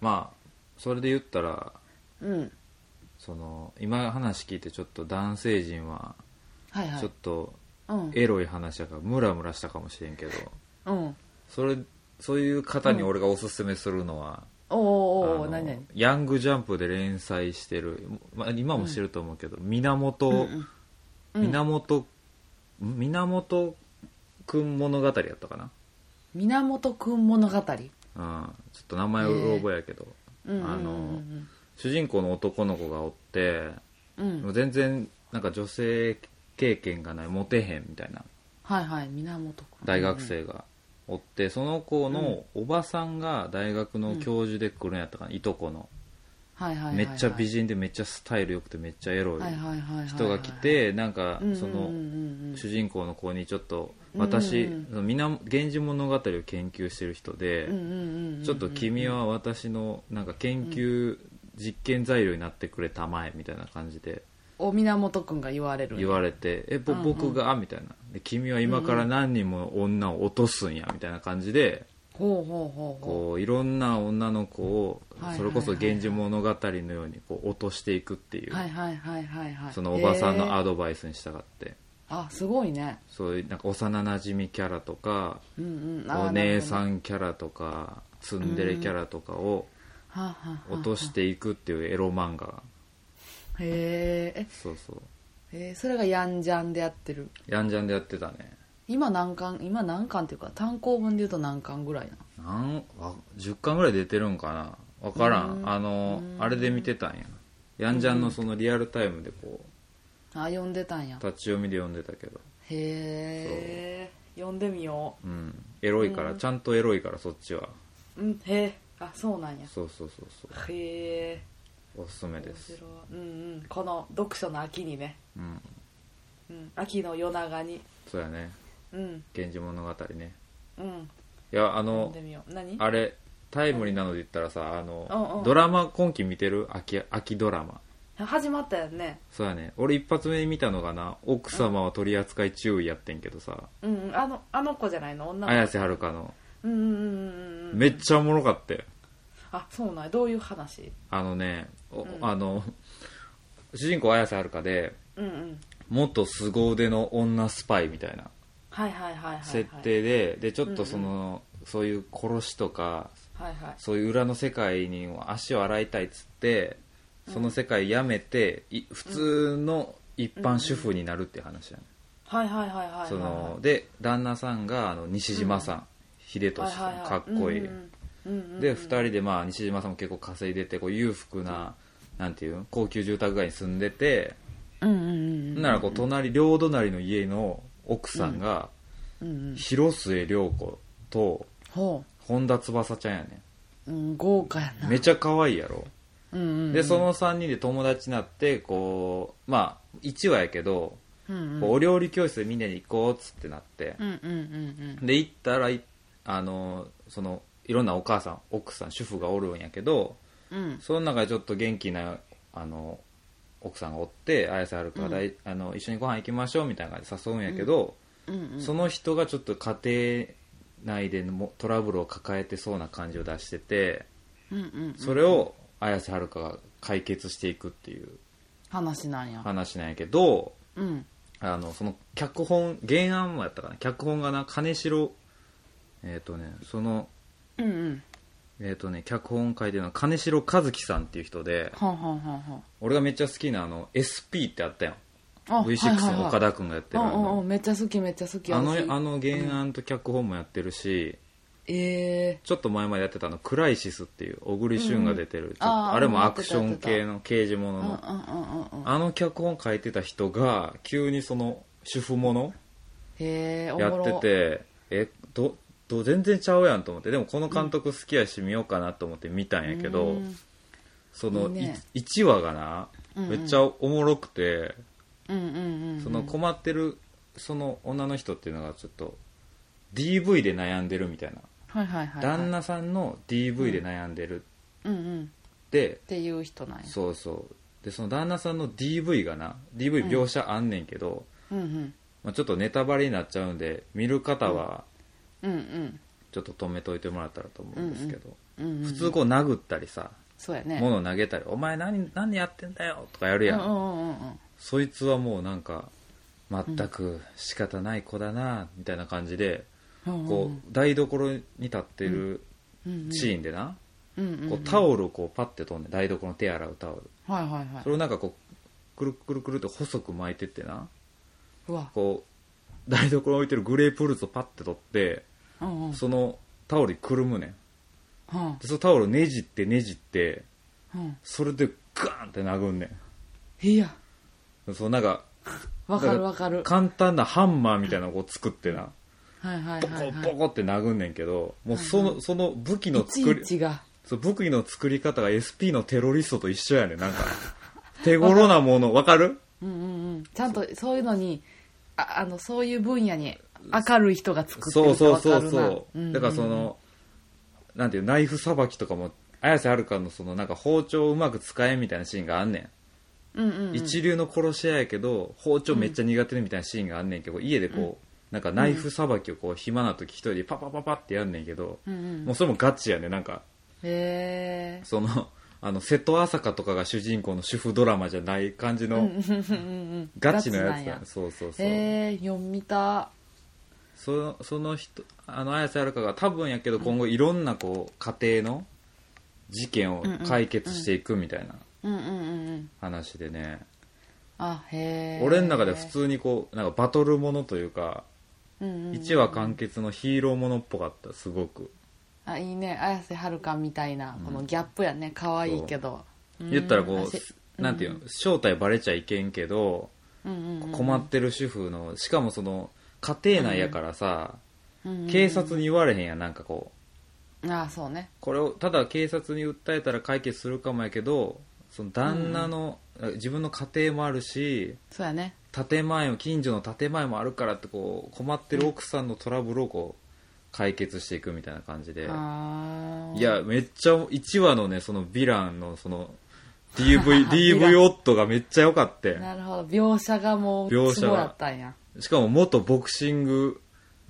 [SPEAKER 1] まあそれで言ったら
[SPEAKER 2] うん
[SPEAKER 1] その今話聞いてちょっと男性陣は
[SPEAKER 2] はいは
[SPEAKER 1] ちょっ
[SPEAKER 2] い
[SPEAKER 1] と
[SPEAKER 2] うん
[SPEAKER 1] エロい話やからムラムラしたかもしれんけど
[SPEAKER 2] うん
[SPEAKER 1] それそういう方に俺がおすすめするのは、
[SPEAKER 2] おおお
[SPEAKER 1] あ
[SPEAKER 2] お
[SPEAKER 1] の
[SPEAKER 2] 何何
[SPEAKER 1] ヤングジャンプで連載してる、まあ、今もしてると思うけど、源、
[SPEAKER 2] うんうん
[SPEAKER 1] 源ん源くん物語やったか
[SPEAKER 2] 源くん物語
[SPEAKER 1] な、うん、ちょっと名前をうろ覚えやけど、
[SPEAKER 2] うんうん
[SPEAKER 1] あ
[SPEAKER 2] う
[SPEAKER 1] の
[SPEAKER 2] ん
[SPEAKER 1] 主人公の男の子がおって
[SPEAKER 2] うんうん
[SPEAKER 1] もう全然なんか女性経験がないモテへんみたいな
[SPEAKER 2] はいはい源くん
[SPEAKER 1] 大学生がおって、その子のおばさんが大学の教授で来るんやったかな、いとこの、
[SPEAKER 2] はいはいはいはい
[SPEAKER 1] めっちゃ美人でめっちゃスタイル良くてめっちゃエロい
[SPEAKER 2] はいはいはいはいはい
[SPEAKER 1] 人が来てなんか
[SPEAKER 2] うんうんうんうん
[SPEAKER 1] その主人公の子にちょっと
[SPEAKER 2] うんうん
[SPEAKER 1] 私
[SPEAKER 2] うん
[SPEAKER 1] その源氏物語を研究してる人で
[SPEAKER 2] うんうんうんうん
[SPEAKER 1] ちょっと君は私のなんか研究実験材料になってくれたまえみたいな感じで
[SPEAKER 2] お源くんが言われる
[SPEAKER 1] 言われてえぼ
[SPEAKER 2] うんうん
[SPEAKER 1] 僕がみたいなで君は今から何人も女を落とすんやみたいな感じで
[SPEAKER 2] ほうほうほうほ
[SPEAKER 1] こういろんな女の子を
[SPEAKER 2] はい
[SPEAKER 1] それこそ
[SPEAKER 2] はいはいはい
[SPEAKER 1] 源氏物語のようにこう落としていくっていう
[SPEAKER 2] うはいはいはいはいはい
[SPEAKER 1] そのおばさんのア
[SPEAKER 2] ド
[SPEAKER 1] ドバイスに従って。
[SPEAKER 2] あすごいね
[SPEAKER 1] そういうなんか幼なじみキャラとか
[SPEAKER 2] うんうんあー
[SPEAKER 1] お姉さ
[SPEAKER 2] なる
[SPEAKER 1] んキャラとかツンデレキャラとかを
[SPEAKER 2] ほどはあはあはあ
[SPEAKER 1] 落としていくっていうエロ漫画
[SPEAKER 2] へーえ
[SPEAKER 1] そうそう
[SPEAKER 2] えーそれがヤンジャンでやってる
[SPEAKER 1] やんじゃんでやってたね
[SPEAKER 2] 今何巻今何巻っていうか単行本で言うと何巻ぐらいな
[SPEAKER 1] なんわ10巻ぐらい出てるんかな分からんあのあれで見てたんややんじゃんのそのリアルタイムでこう
[SPEAKER 2] あ読んでたんやへ
[SPEAKER 1] 立ち読みで読んでたけど
[SPEAKER 2] え読んでみよ
[SPEAKER 1] うんエロいからちゃんとエロいからそっちは
[SPEAKER 2] ううんへえあそうなんや
[SPEAKER 1] そうそうそうそ
[SPEAKER 2] へえ
[SPEAKER 1] うおすすめで
[SPEAKER 2] 面白
[SPEAKER 1] す
[SPEAKER 2] いうんうんこの読書の秋にね、
[SPEAKER 1] うん
[SPEAKER 2] うん、秋の夜長に
[SPEAKER 1] そうやね
[SPEAKER 2] うん
[SPEAKER 1] 「源氏物語ね」
[SPEAKER 2] うん
[SPEAKER 1] いやあ
[SPEAKER 2] 読ん
[SPEAKER 1] の
[SPEAKER 2] でみよう何
[SPEAKER 1] あれタイムリーなので言ったらさあの、
[SPEAKER 2] うんうん
[SPEAKER 1] ドラマ今期見てる秋秋ドラマ
[SPEAKER 2] 始まったよね
[SPEAKER 1] そうやね俺一発目に見たのがな奥様は取り扱い注意やってんけどさ、
[SPEAKER 2] うんうんあのあの子じゃないの女の
[SPEAKER 1] 綾
[SPEAKER 2] 子
[SPEAKER 1] 瀬はるかの、
[SPEAKER 2] うんうんうんうんうん
[SPEAKER 1] めっちゃおもろかったよ
[SPEAKER 2] あそうなんやどういう話
[SPEAKER 1] あのね、お
[SPEAKER 2] うん
[SPEAKER 1] あの主人公綾瀬はるかで
[SPEAKER 2] うんうん
[SPEAKER 1] 元凄腕の女スパイみたいな
[SPEAKER 2] はいはいはいはい、はい、
[SPEAKER 1] 設定で、でちょっとその、そういう殺しとか
[SPEAKER 2] はいはい
[SPEAKER 1] そういう裏の世界に足を洗いたいっつってその世界やめて、い普通の一般主婦になるっていう話やね、
[SPEAKER 2] はいはいはいはいはい
[SPEAKER 1] そので旦那さんがあの西島さん、秀
[SPEAKER 2] は
[SPEAKER 1] 俊
[SPEAKER 2] いはい
[SPEAKER 1] さ
[SPEAKER 2] は
[SPEAKER 1] ん
[SPEAKER 2] い
[SPEAKER 1] かっこいい、
[SPEAKER 2] うんうんうんうん
[SPEAKER 1] で2人で、まあ、西島さんも結構稼いでてこう裕福な,、なんていうん高級住宅街に住んでて
[SPEAKER 2] うんうんうん
[SPEAKER 1] ならこう隣両隣の家の奥さんが
[SPEAKER 2] うんうん
[SPEAKER 1] 広末涼子と
[SPEAKER 2] ほ
[SPEAKER 1] 本田翼ちゃんやね
[SPEAKER 2] う、うん、豪華やなん
[SPEAKER 1] めちゃ可愛いやろ
[SPEAKER 2] うんうんうん
[SPEAKER 1] でその3人で友達になってこうまあ1話やけど
[SPEAKER 2] うんうん
[SPEAKER 1] こうお料理教室でみんなで行こうっつってなって
[SPEAKER 2] うんうんうん
[SPEAKER 1] で行ったらいあのそのいろんなお母さん奥さん主婦がおるんやけど
[SPEAKER 2] うんうん
[SPEAKER 1] その中でちょっと元気なあの奥さんがおって綾瀬はるかがだい、あの一緒にご飯行きましょうみたいな感じで誘うんやけど、
[SPEAKER 2] うんうん
[SPEAKER 1] その人がちょっと家庭内でのもトラブルを抱えてそうな感じを出してて
[SPEAKER 2] うんうん
[SPEAKER 1] それを綾瀬はるかが解決していくっていう
[SPEAKER 2] 話なんや
[SPEAKER 1] 話なんやけど
[SPEAKER 2] うん
[SPEAKER 1] あのその脚本原案もやったかな脚本がな金城えっ、とねその
[SPEAKER 2] うんうん
[SPEAKER 1] えっ、とね脚本書いてるのは金城和樹さんっていう人で
[SPEAKER 2] はんはんはんはん
[SPEAKER 1] 俺がめっちゃ好きなあの SP ってあったやん
[SPEAKER 2] あ
[SPEAKER 1] V6 の岡
[SPEAKER 2] っ
[SPEAKER 1] 田君がやってるあ
[SPEAKER 2] うんうんうん
[SPEAKER 1] の
[SPEAKER 2] めっちゃ好きめっちゃ好き
[SPEAKER 1] あ
[SPEAKER 2] 私
[SPEAKER 1] のあの原案と脚本もやってるし、
[SPEAKER 2] ええ
[SPEAKER 1] ちょっと前までやってたあの「クライシス」っていう小栗旬が出てる、ちょっと
[SPEAKER 2] あー
[SPEAKER 1] あれもアクション系の刑事もの
[SPEAKER 2] う
[SPEAKER 1] の、
[SPEAKER 2] んうんうんうんうん
[SPEAKER 1] あの脚本書いてた人が急にその主婦もの
[SPEAKER 2] へえおも
[SPEAKER 1] や
[SPEAKER 2] ろ
[SPEAKER 1] っててえどど全然ちゃうやんと思ってでもこの監督好きやし見ようかなと思って見たんやけど、
[SPEAKER 2] うん
[SPEAKER 1] その
[SPEAKER 2] いいね
[SPEAKER 1] 1話がな
[SPEAKER 2] うんうん
[SPEAKER 1] めっちゃおもろくて、
[SPEAKER 2] うんうんうんうん
[SPEAKER 1] その困ってるその女の人っていうのがちょっと DV で悩んでるみたいな、
[SPEAKER 2] はいはいはいはい
[SPEAKER 1] 旦那さんの DV で悩んでるっ
[SPEAKER 2] うんうん
[SPEAKER 1] て
[SPEAKER 2] っ、ていう人なんや
[SPEAKER 1] そうそうでその旦那さんの DV がな DV 描写あんねんけど、
[SPEAKER 2] うんうん
[SPEAKER 1] まあ、ちょっとネタバレになっちゃうんで見る方は
[SPEAKER 2] うんうん
[SPEAKER 1] ちょっと止めといてもらったらと思うんですけど、
[SPEAKER 2] うんうん
[SPEAKER 1] 普通こう殴ったりさ
[SPEAKER 2] そうやね
[SPEAKER 1] 物投げたり「お前何何やってんだよ」とかやるや
[SPEAKER 2] うんうんうんうん
[SPEAKER 1] そいつはもうなんか全く仕方ない子だなみたいな感じで、
[SPEAKER 2] うん
[SPEAKER 1] こう台所に立ってる
[SPEAKER 2] うんうん
[SPEAKER 1] シーンでな、
[SPEAKER 2] うんうんうん
[SPEAKER 1] こうタオルをこうパッて飛んで台所の手洗うタオル
[SPEAKER 2] はいはいはい
[SPEAKER 1] それをなんかこうくるくるくるって細く巻いてってな
[SPEAKER 2] うわ
[SPEAKER 1] こう台所に置いてるグレープフルーツをパッて取って
[SPEAKER 2] うんうん
[SPEAKER 1] そのタオルにくるむねん
[SPEAKER 2] うん
[SPEAKER 1] でそのタオルをねじってねじって
[SPEAKER 2] うん
[SPEAKER 1] それでガーンって殴んね
[SPEAKER 2] いや
[SPEAKER 1] んそうなんか
[SPEAKER 2] わかるわかる
[SPEAKER 1] 簡単なハンマーみたいなのをこう作ってな
[SPEAKER 2] はいはい
[SPEAKER 1] ボ
[SPEAKER 2] は
[SPEAKER 1] コ
[SPEAKER 2] いは
[SPEAKER 1] ボ
[SPEAKER 2] い
[SPEAKER 1] コって殴んねんけどもうそのその武器の
[SPEAKER 2] いち
[SPEAKER 1] 作り
[SPEAKER 2] いちが
[SPEAKER 1] そう武器の作り方が SP のテロリストと一緒やねなんか手頃なものわかる
[SPEAKER 2] うんうんうんちゃんとそういうのにああのそういう分野に明るい人が作って
[SPEAKER 1] そ
[SPEAKER 2] る
[SPEAKER 1] うそう
[SPEAKER 2] と
[SPEAKER 1] そ
[SPEAKER 2] わ
[SPEAKER 1] う
[SPEAKER 2] かるな
[SPEAKER 1] そ
[SPEAKER 2] んん
[SPEAKER 1] うだからそのなんていうナイフさばきとかも綾瀬はるかのそのなんか包丁をうまく使えみたいなシーンがあんね
[SPEAKER 2] うんうんうん
[SPEAKER 1] ん一流の殺し屋やけど包丁めっちゃ苦手みたいなシーンがあんねんけど家でこうなんかナイフさばきをこう暇な時一人でパパパパってやんねんけど
[SPEAKER 2] うんうん
[SPEAKER 1] もうそれもガチやねなんか
[SPEAKER 2] へえ
[SPEAKER 1] その あの瀬戸朝香とかが主人公の主婦ドラマじゃない感じのガチのやつだ、ね、そうそうそう、
[SPEAKER 2] へえ読みた
[SPEAKER 1] そのその人あの綾瀬はるかが多分やけど今後いろんなこう家庭の事件を解決していくみたいな
[SPEAKER 2] うんうんうんうん
[SPEAKER 1] 話でね、
[SPEAKER 2] あへえ
[SPEAKER 1] 俺の中で普通にこうなんかバトルものというか
[SPEAKER 2] 一
[SPEAKER 1] 1話完結のヒーローものっぽかったすごく、
[SPEAKER 2] あいいね綾瀬はるかみたいなこのギャップやね可愛いけど
[SPEAKER 1] 言ったらこ
[SPEAKER 2] あし
[SPEAKER 1] うなんていうの正体バレちゃいけんけど
[SPEAKER 2] うんうんうん
[SPEAKER 1] 困ってる主婦のしかもその家庭内やからさ、
[SPEAKER 2] うんうん
[SPEAKER 1] 警察に言われへんやんなんかこう
[SPEAKER 2] あそうね
[SPEAKER 1] これをただ警察に訴えたら解決するかもやけどその旦那の、自分の家庭もあるし
[SPEAKER 2] そうやね
[SPEAKER 1] 建前も近所の建前もあるからってこう困ってる奥さんのトラブルをこう解決していくみたいな感じで
[SPEAKER 2] あー
[SPEAKER 1] いやめっちゃ1話のねそのヴィランのその DV,
[SPEAKER 2] ヴィラン
[SPEAKER 1] DV 夫がめっちゃ良かったよ
[SPEAKER 2] なるほど描写がもう
[SPEAKER 1] 描
[SPEAKER 2] ツ
[SPEAKER 1] 写が
[SPEAKER 2] ボだったんや
[SPEAKER 1] しかも元ボクシング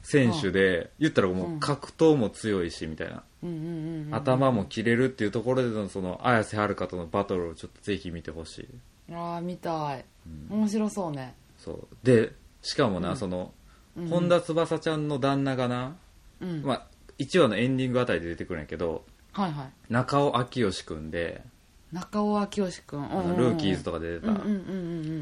[SPEAKER 1] 選手で言ったらもう格闘も強いしみたいな
[SPEAKER 2] うんうんうんうん
[SPEAKER 1] 頭も切れるっていうところでのその綾瀬はるかとのバトルをちょっとぜひ見てほしい
[SPEAKER 2] ああ見たい面白そうね
[SPEAKER 1] そうでしかもな、その、本田翼ちゃんの旦那がな、
[SPEAKER 2] うん
[SPEAKER 1] まあ、1話のエンディングあたりで出てくるんやけど
[SPEAKER 2] はいはい
[SPEAKER 1] 中尾明義君で、
[SPEAKER 2] 中尾明慶君
[SPEAKER 1] あのルーキーズとかで出た、
[SPEAKER 2] うんうんうんう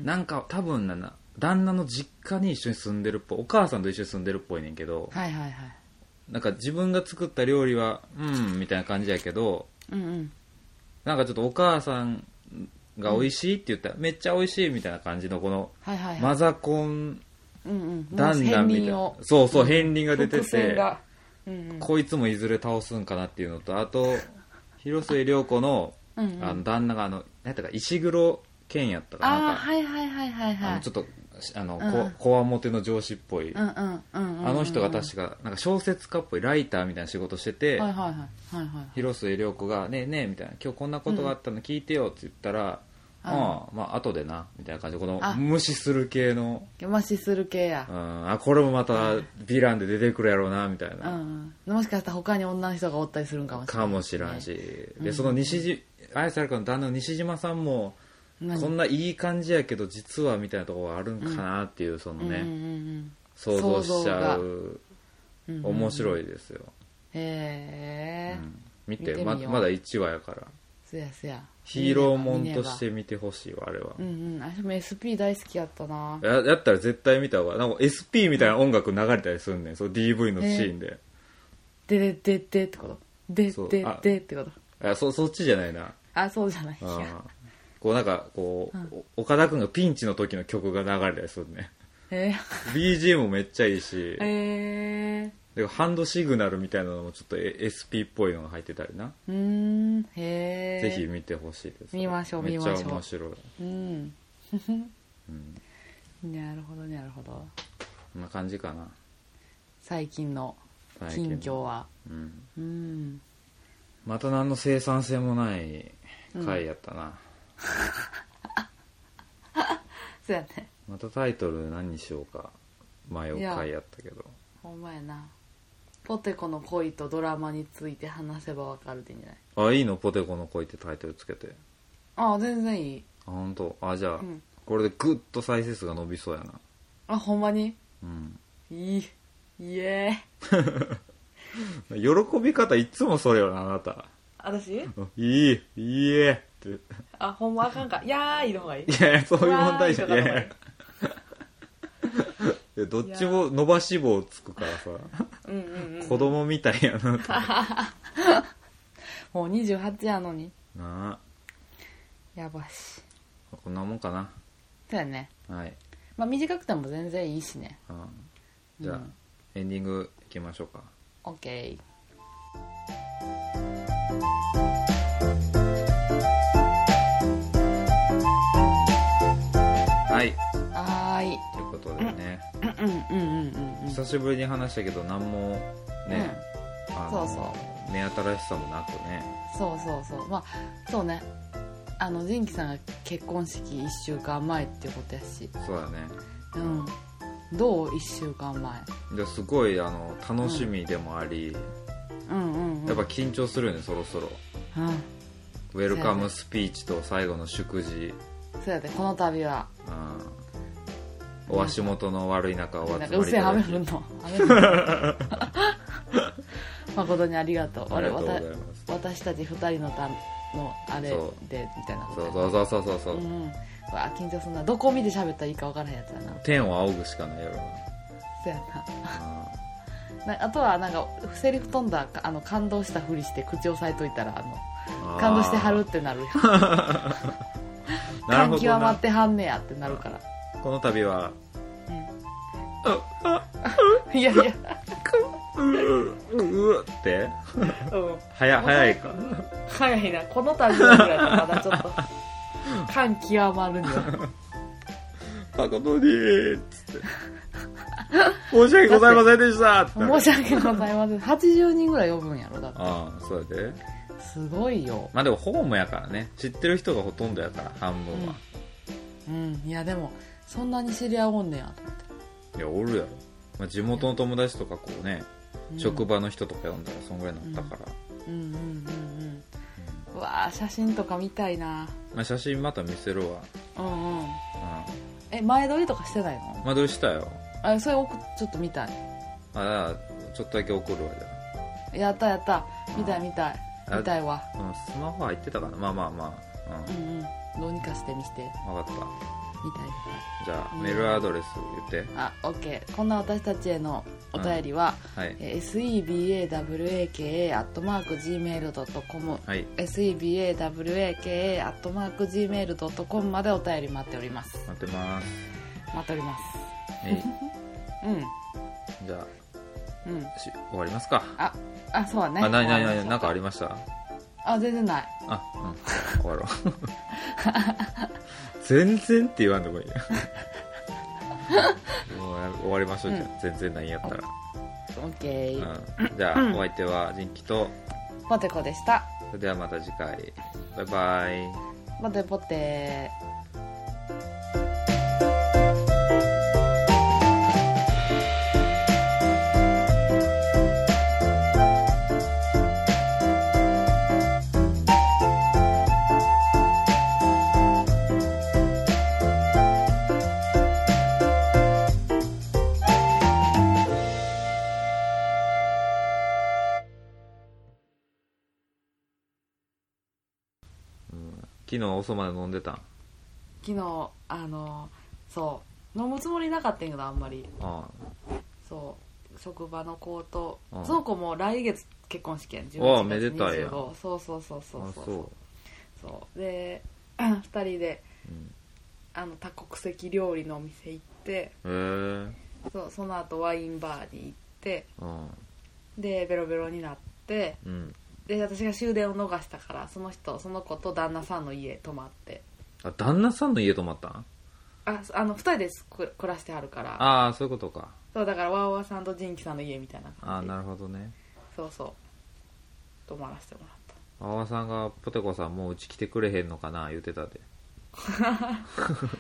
[SPEAKER 2] ん
[SPEAKER 1] なんか多分なな旦那の実家に一緒に住んでるっぽいお母さんと一緒に住んでるっぽいねんけど、
[SPEAKER 2] はいはいはい
[SPEAKER 1] なんか自分が作った料理はうんみたいな感じやけど
[SPEAKER 2] うんうん
[SPEAKER 1] なんかちょっとお母さんが美味しいって言ったら、めっちゃ美味しいみたいな感じのこの、
[SPEAKER 2] はいはいはい、
[SPEAKER 1] マザコン
[SPEAKER 2] うんうん
[SPEAKER 1] ダンダンみたいな。そうそう、片鱗が出て
[SPEAKER 2] 伏線
[SPEAKER 1] て、
[SPEAKER 2] が、うんうん、
[SPEAKER 1] こいつもいずれ倒すんかなっていうのと、あと、広末涼子の、
[SPEAKER 2] うんうん
[SPEAKER 1] あの旦那があの、なんやったか、石黒健やったかな
[SPEAKER 2] あ
[SPEAKER 1] な
[SPEAKER 2] あ
[SPEAKER 1] んか、
[SPEAKER 2] はいはいはいはいはい
[SPEAKER 1] あのちょっと、あの、
[SPEAKER 2] うんうん
[SPEAKER 1] ここわもての上司っぽい、
[SPEAKER 2] うんうんうんうんうん
[SPEAKER 1] あの人が確か、なんか小説家っぽいライターみたいな仕事してて、
[SPEAKER 2] はいはいはいはいはい
[SPEAKER 1] 広末涼子が「ねえねえ」みたいな「今日こんなことがあったの聞いてよ」って言ったら「
[SPEAKER 2] うん
[SPEAKER 1] ああまあ後でな」みたいな感じでこの
[SPEAKER 2] あ
[SPEAKER 1] 無視する系の
[SPEAKER 2] マシする系
[SPEAKER 1] 「
[SPEAKER 2] や
[SPEAKER 1] う、ん、あこれもまたヴィランで出てくるやろうな」みたいうな、
[SPEAKER 2] んうん、もしかしたら他に女の人がおったりするんかもしれな
[SPEAKER 1] か
[SPEAKER 2] い
[SPEAKER 1] もしらんし、でその西島綾瀬はるかの旦那の西島さんも
[SPEAKER 2] 何
[SPEAKER 1] こんないい感じやけど実はみたいなところがあるんかなっていうそのね、
[SPEAKER 2] うんうん
[SPEAKER 1] 想像しちゃう
[SPEAKER 2] うんうん、
[SPEAKER 1] 面
[SPEAKER 2] い
[SPEAKER 1] 白いですよ、
[SPEAKER 2] へえ、
[SPEAKER 1] うん見て
[SPEAKER 2] 見てみ
[SPEAKER 1] ま
[SPEAKER 2] よう
[SPEAKER 1] まだ1話やから
[SPEAKER 2] そやそや
[SPEAKER 1] ヒーローも
[SPEAKER 2] モ
[SPEAKER 1] ん
[SPEAKER 2] ン
[SPEAKER 1] として見てほしいわあれは、
[SPEAKER 2] うんうん私も SP 大好きやったな
[SPEAKER 1] ややったら絶対見た方がなんか SP みたいな音楽流れたりすんねんその DV のシーンで、
[SPEAKER 2] ででででってことで
[SPEAKER 1] そう
[SPEAKER 2] で
[SPEAKER 1] あ
[SPEAKER 2] でってこと
[SPEAKER 1] あそそっちじゃないな
[SPEAKER 2] あそうじゃないい
[SPEAKER 1] うん
[SPEAKER 2] や
[SPEAKER 1] こうなんかこう、お岡田君がピンチの時の曲が流れたりするね
[SPEAKER 2] え
[SPEAKER 1] BGM もめっちゃいいし、
[SPEAKER 2] ー、え
[SPEAKER 1] でハンドシグナルみたいなのもちょっとえ SP っぽいのが入ってたりな、
[SPEAKER 2] ー、うーんへえ
[SPEAKER 1] ぜひ見てほしいです
[SPEAKER 2] 見ましょう見ましょう
[SPEAKER 1] めっちゃ面白い
[SPEAKER 2] うん、なるほどなるほど
[SPEAKER 1] こんな感じかな
[SPEAKER 2] 最近の
[SPEAKER 1] 最近
[SPEAKER 2] 近
[SPEAKER 1] の
[SPEAKER 2] 況は
[SPEAKER 1] うん
[SPEAKER 2] うん
[SPEAKER 1] また何の生産性もない回やったな、
[SPEAKER 2] そうやね
[SPEAKER 1] またタイトル何にしようか迷う回やったけど
[SPEAKER 2] ほんまやなポテコの恋とドラマについて話せばわかるでいいんじゃない
[SPEAKER 1] あいいのポテコの恋ってタイトルつけて
[SPEAKER 2] ああ全然いい
[SPEAKER 1] あ本当あじゃあ、
[SPEAKER 2] うん
[SPEAKER 1] これでグッと再生数が伸びそうやな
[SPEAKER 2] あほんまに
[SPEAKER 1] うん
[SPEAKER 2] いいイエーイ
[SPEAKER 1] 喜び方いつもそれよなあなた
[SPEAKER 2] 私
[SPEAKER 1] うんいいいいえってい
[SPEAKER 2] あほんまあかんかいやーいの方がいい
[SPEAKER 1] やいやそういう問題じゃんい
[SPEAKER 2] わー
[SPEAKER 1] や
[SPEAKER 2] い
[SPEAKER 1] い
[SPEAKER 2] とかの方 が
[SPEAKER 1] や
[SPEAKER 2] い
[SPEAKER 1] いやどっちも伸ばし棒つくからさ
[SPEAKER 2] うんうんうん
[SPEAKER 1] 子供みたいやなと
[SPEAKER 2] もう28やのに
[SPEAKER 1] な
[SPEAKER 2] やばし
[SPEAKER 1] あこんなもんかな
[SPEAKER 2] そうやね
[SPEAKER 1] はい、
[SPEAKER 2] まあ短くても全然いいしね
[SPEAKER 1] うんじゃあ、
[SPEAKER 2] うん
[SPEAKER 1] エンディングいきましょうか
[SPEAKER 2] OK
[SPEAKER 1] はい
[SPEAKER 2] はーい
[SPEAKER 1] ということでね、
[SPEAKER 2] うんうんうんうんうん
[SPEAKER 1] 久しぶりに話したけど何もね、あの
[SPEAKER 2] そう
[SPEAKER 1] 目新しさもなくね
[SPEAKER 2] そうそうそうまあそうねあの仁義さんが結婚式1週間前っていうことやし
[SPEAKER 1] そうだね
[SPEAKER 2] うんどう1週間前
[SPEAKER 1] ですごいあの楽しみでもあり、
[SPEAKER 2] うんうん、うん、
[SPEAKER 1] やっぱ緊張するよねそろそろ
[SPEAKER 2] うん
[SPEAKER 1] ウェルカムスピーチと最後の祝辞、
[SPEAKER 2] そうやでこの度は
[SPEAKER 1] うん、お足元の悪い中お集ま
[SPEAKER 2] な
[SPEAKER 1] り
[SPEAKER 2] んかうっせえ
[SPEAKER 1] いた
[SPEAKER 2] 雨
[SPEAKER 1] だ
[SPEAKER 2] 降る
[SPEAKER 1] き
[SPEAKER 2] の雨降る の誠にありがとう
[SPEAKER 1] あり
[SPEAKER 2] 我
[SPEAKER 1] がとうござい
[SPEAKER 2] 々
[SPEAKER 1] ます
[SPEAKER 2] 私たち2人のたのあれ
[SPEAKER 1] そ
[SPEAKER 2] でみたいな
[SPEAKER 1] そうそうそうそうそうそう、
[SPEAKER 2] んうんうわ緊張すんなどこ見て喋ったらいいか分からへんやつやな
[SPEAKER 1] 天を仰ぐしかないやろ
[SPEAKER 2] そうや
[SPEAKER 1] な、
[SPEAKER 2] ななあとはなんかセリフ飛んだあの感動したふりして口押さえといたらあの
[SPEAKER 1] うん
[SPEAKER 2] 感動してはるってなるやん
[SPEAKER 1] あーなる
[SPEAKER 2] 感
[SPEAKER 1] ほど
[SPEAKER 2] 極ま
[SPEAKER 1] な
[SPEAKER 2] ってはんねやってなるから、
[SPEAKER 1] この度は
[SPEAKER 2] いやいや、
[SPEAKER 1] ううううって
[SPEAKER 2] うん、
[SPEAKER 1] 早早いか
[SPEAKER 2] 早いなこの度ぐらいだまだちょっと感極ま るんだよ
[SPEAKER 1] 誠につって申し訳ございませんでしたって
[SPEAKER 2] 申し訳ございません80人ぐらい呼ぶんやろだって
[SPEAKER 1] ああそうやです
[SPEAKER 2] ごいよ
[SPEAKER 1] まあでもホームやからね知ってる人がほとんどやから半分は、
[SPEAKER 2] うんいやでもそんなに知り合おんねや
[SPEAKER 1] いやおるやろ、まあ、地元の友達とかこうね、
[SPEAKER 2] うん
[SPEAKER 1] 職場の人とか呼んだらそんぐらいになったから、
[SPEAKER 2] うんうんうんうんうわー写真とか見たいな
[SPEAKER 1] まあ、写真また見せるわ、
[SPEAKER 2] うんうん
[SPEAKER 1] うん、
[SPEAKER 2] え前撮りとかしてないの
[SPEAKER 1] まあどうしたよ
[SPEAKER 2] あそれ送っちょっと見たい
[SPEAKER 1] ああちょっとだけ怒るわじゃ
[SPEAKER 2] やったやった見たい見たい
[SPEAKER 1] あ
[SPEAKER 2] 見たいわ
[SPEAKER 1] あ、うん、スマホ入ってたかなまあまあまあ
[SPEAKER 2] うんうんどうにかして見して
[SPEAKER 1] うん分かっ
[SPEAKER 2] 痛い
[SPEAKER 1] じ
[SPEAKER 2] 痛い
[SPEAKER 1] ゃあメールアドレス言って
[SPEAKER 2] あ、オッケー。こんな私たちへのお便りは、
[SPEAKER 1] はい
[SPEAKER 2] えー sebawaka.gmail.com、
[SPEAKER 1] はい
[SPEAKER 2] sebawaka.gmail.com までお便り待っております。
[SPEAKER 1] 待ってます
[SPEAKER 2] 待っております。
[SPEAKER 1] え
[SPEAKER 2] う
[SPEAKER 1] いじゃ
[SPEAKER 2] ん。うん。
[SPEAKER 1] あし終わりますか
[SPEAKER 2] あ、あ、そうだね。
[SPEAKER 1] あないないな
[SPEAKER 2] 終わりまし
[SPEAKER 1] い
[SPEAKER 2] ょ
[SPEAKER 1] うなんかありました
[SPEAKER 2] あ、全然ない。
[SPEAKER 1] あうん 終わろう全然って言わん でもいいもうや終わりましょうじゃあ、全然ないんやったら、
[SPEAKER 2] オッケー。
[SPEAKER 1] うん、じゃあ、お相手は人気と
[SPEAKER 2] ポテコでした。
[SPEAKER 1] それではまた次回バイバイ
[SPEAKER 2] ポテポテ。
[SPEAKER 1] 昨日遅まで飲んでたん
[SPEAKER 2] 昨日、あの、そう、飲むつもりなかったんやけど、あんまり。
[SPEAKER 1] あ
[SPEAKER 2] そう職場の子と、
[SPEAKER 1] うん
[SPEAKER 2] その子も来月結婚式やん11月
[SPEAKER 1] わあめでたいやん
[SPEAKER 2] 25そうそうそうそ
[SPEAKER 1] あ
[SPEAKER 2] う
[SPEAKER 1] あ
[SPEAKER 2] そ
[SPEAKER 1] そうう
[SPEAKER 2] そうで 2人で
[SPEAKER 1] うん
[SPEAKER 2] あの多国籍料理のお店行って
[SPEAKER 1] へえ
[SPEAKER 2] そうその後ワインバーに行って
[SPEAKER 1] うん
[SPEAKER 2] でベロベロになって
[SPEAKER 1] うん
[SPEAKER 2] で私が終電を逃したからその人その子と旦那さんの家泊まって
[SPEAKER 1] あ旦那さんの家泊まったん
[SPEAKER 2] ああの2人ですく暮らしてはるから
[SPEAKER 1] ああそういうことか
[SPEAKER 2] そうだからワーワーさんとジンキさんの家みたいな
[SPEAKER 1] ああ
[SPEAKER 2] 感じ
[SPEAKER 1] なるほどね
[SPEAKER 2] そうそう泊まらせてもらった
[SPEAKER 1] 阿波さんがポテコさんもううち来てくれへんのかな言ってたで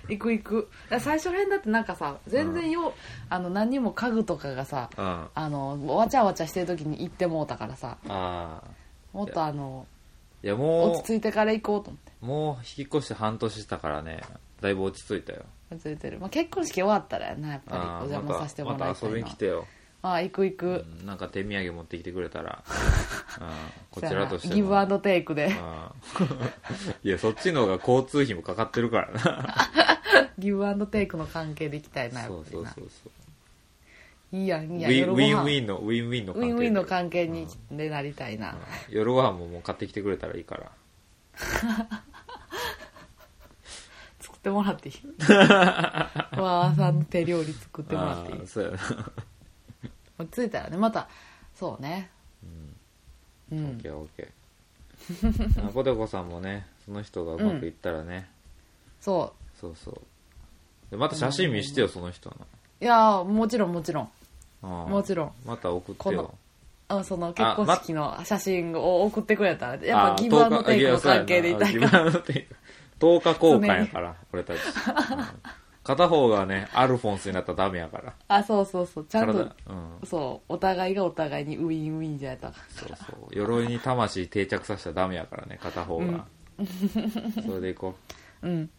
[SPEAKER 2] 行く行くだから最初編だってなんかさ全然よ、うあの何にも家具とかがさ
[SPEAKER 1] あ
[SPEAKER 2] あのわちゃわちゃしてる時に行ってもうたからさ
[SPEAKER 1] あ
[SPEAKER 2] もっとあの
[SPEAKER 1] いや
[SPEAKER 2] 落
[SPEAKER 1] も
[SPEAKER 2] ち着いてから行こうと思って
[SPEAKER 1] うもう引っ越して半年したからねだいぶ落ち着いたよ
[SPEAKER 2] 落ち着いてる、まあ、結婚式終わったらやなやっぱ
[SPEAKER 1] あ
[SPEAKER 2] り
[SPEAKER 1] あ
[SPEAKER 2] お邪魔
[SPEAKER 1] ま
[SPEAKER 2] させて
[SPEAKER 1] た
[SPEAKER 2] も
[SPEAKER 1] ま
[SPEAKER 2] ら
[SPEAKER 1] た
[SPEAKER 2] いたい
[SPEAKER 1] 遊
[SPEAKER 2] な、
[SPEAKER 1] びに来てよ、
[SPEAKER 2] ああ行く行く、
[SPEAKER 1] うんなんか手土産持ってきてくれた ら、うんこち
[SPEAKER 2] そうや
[SPEAKER 1] ら
[SPEAKER 2] な
[SPEAKER 1] としても
[SPEAKER 2] ギブアンドテイクで
[SPEAKER 1] うん いやそっちの方が交通費もかかってるからな
[SPEAKER 2] ギブアンドテイクの関係で行きたいなやっぱ
[SPEAKER 1] そう
[SPEAKER 2] りな
[SPEAKER 1] そうそうそう
[SPEAKER 2] いいやん
[SPEAKER 1] ウ
[SPEAKER 2] いいやん
[SPEAKER 1] ィンウィンウ
[SPEAKER 2] ウィン
[SPEAKER 1] ィンのウィンウィンの
[SPEAKER 2] ウィンウィンの関
[SPEAKER 1] う
[SPEAKER 2] 係に
[SPEAKER 1] ん
[SPEAKER 2] でなりたいな、
[SPEAKER 1] 夜ご飯ももう買ってきてくれたらいいから
[SPEAKER 2] 作ってもらっていいわあさんの手料理作ってもらっていい
[SPEAKER 1] あーそうやな
[SPEAKER 2] 落ち着いたらねまたそうねうん、
[SPEAKER 1] オッケーオッケ ーあポテコさんもねその人がうまくいったらね、
[SPEAKER 2] そ
[SPEAKER 1] そうそうでまた写真見してよその人
[SPEAKER 2] ういやーもちろんもちろん
[SPEAKER 1] の
[SPEAKER 2] もちろん
[SPEAKER 1] また送って
[SPEAKER 2] こ
[SPEAKER 1] よ
[SPEAKER 2] のあその結婚式の写真を送ってくれたらや
[SPEAKER 1] あ
[SPEAKER 2] っぱ
[SPEAKER 1] ー
[SPEAKER 2] ギブアンドテイクの
[SPEAKER 1] 10日
[SPEAKER 2] 関係でいた
[SPEAKER 1] あギ
[SPEAKER 2] い
[SPEAKER 1] ブ
[SPEAKER 2] か
[SPEAKER 1] アンドテイク10日交換やから俺たち、うん片方がねアルフォンスになったらダメやから
[SPEAKER 2] あそうそうそうちゃん
[SPEAKER 1] 体う
[SPEAKER 2] と
[SPEAKER 1] ん
[SPEAKER 2] そうお互いがお互いにウィンウィンじゃやったら
[SPEAKER 1] そうそう鎧に魂定着させたらダメやからね片方が、それでいこう
[SPEAKER 2] うん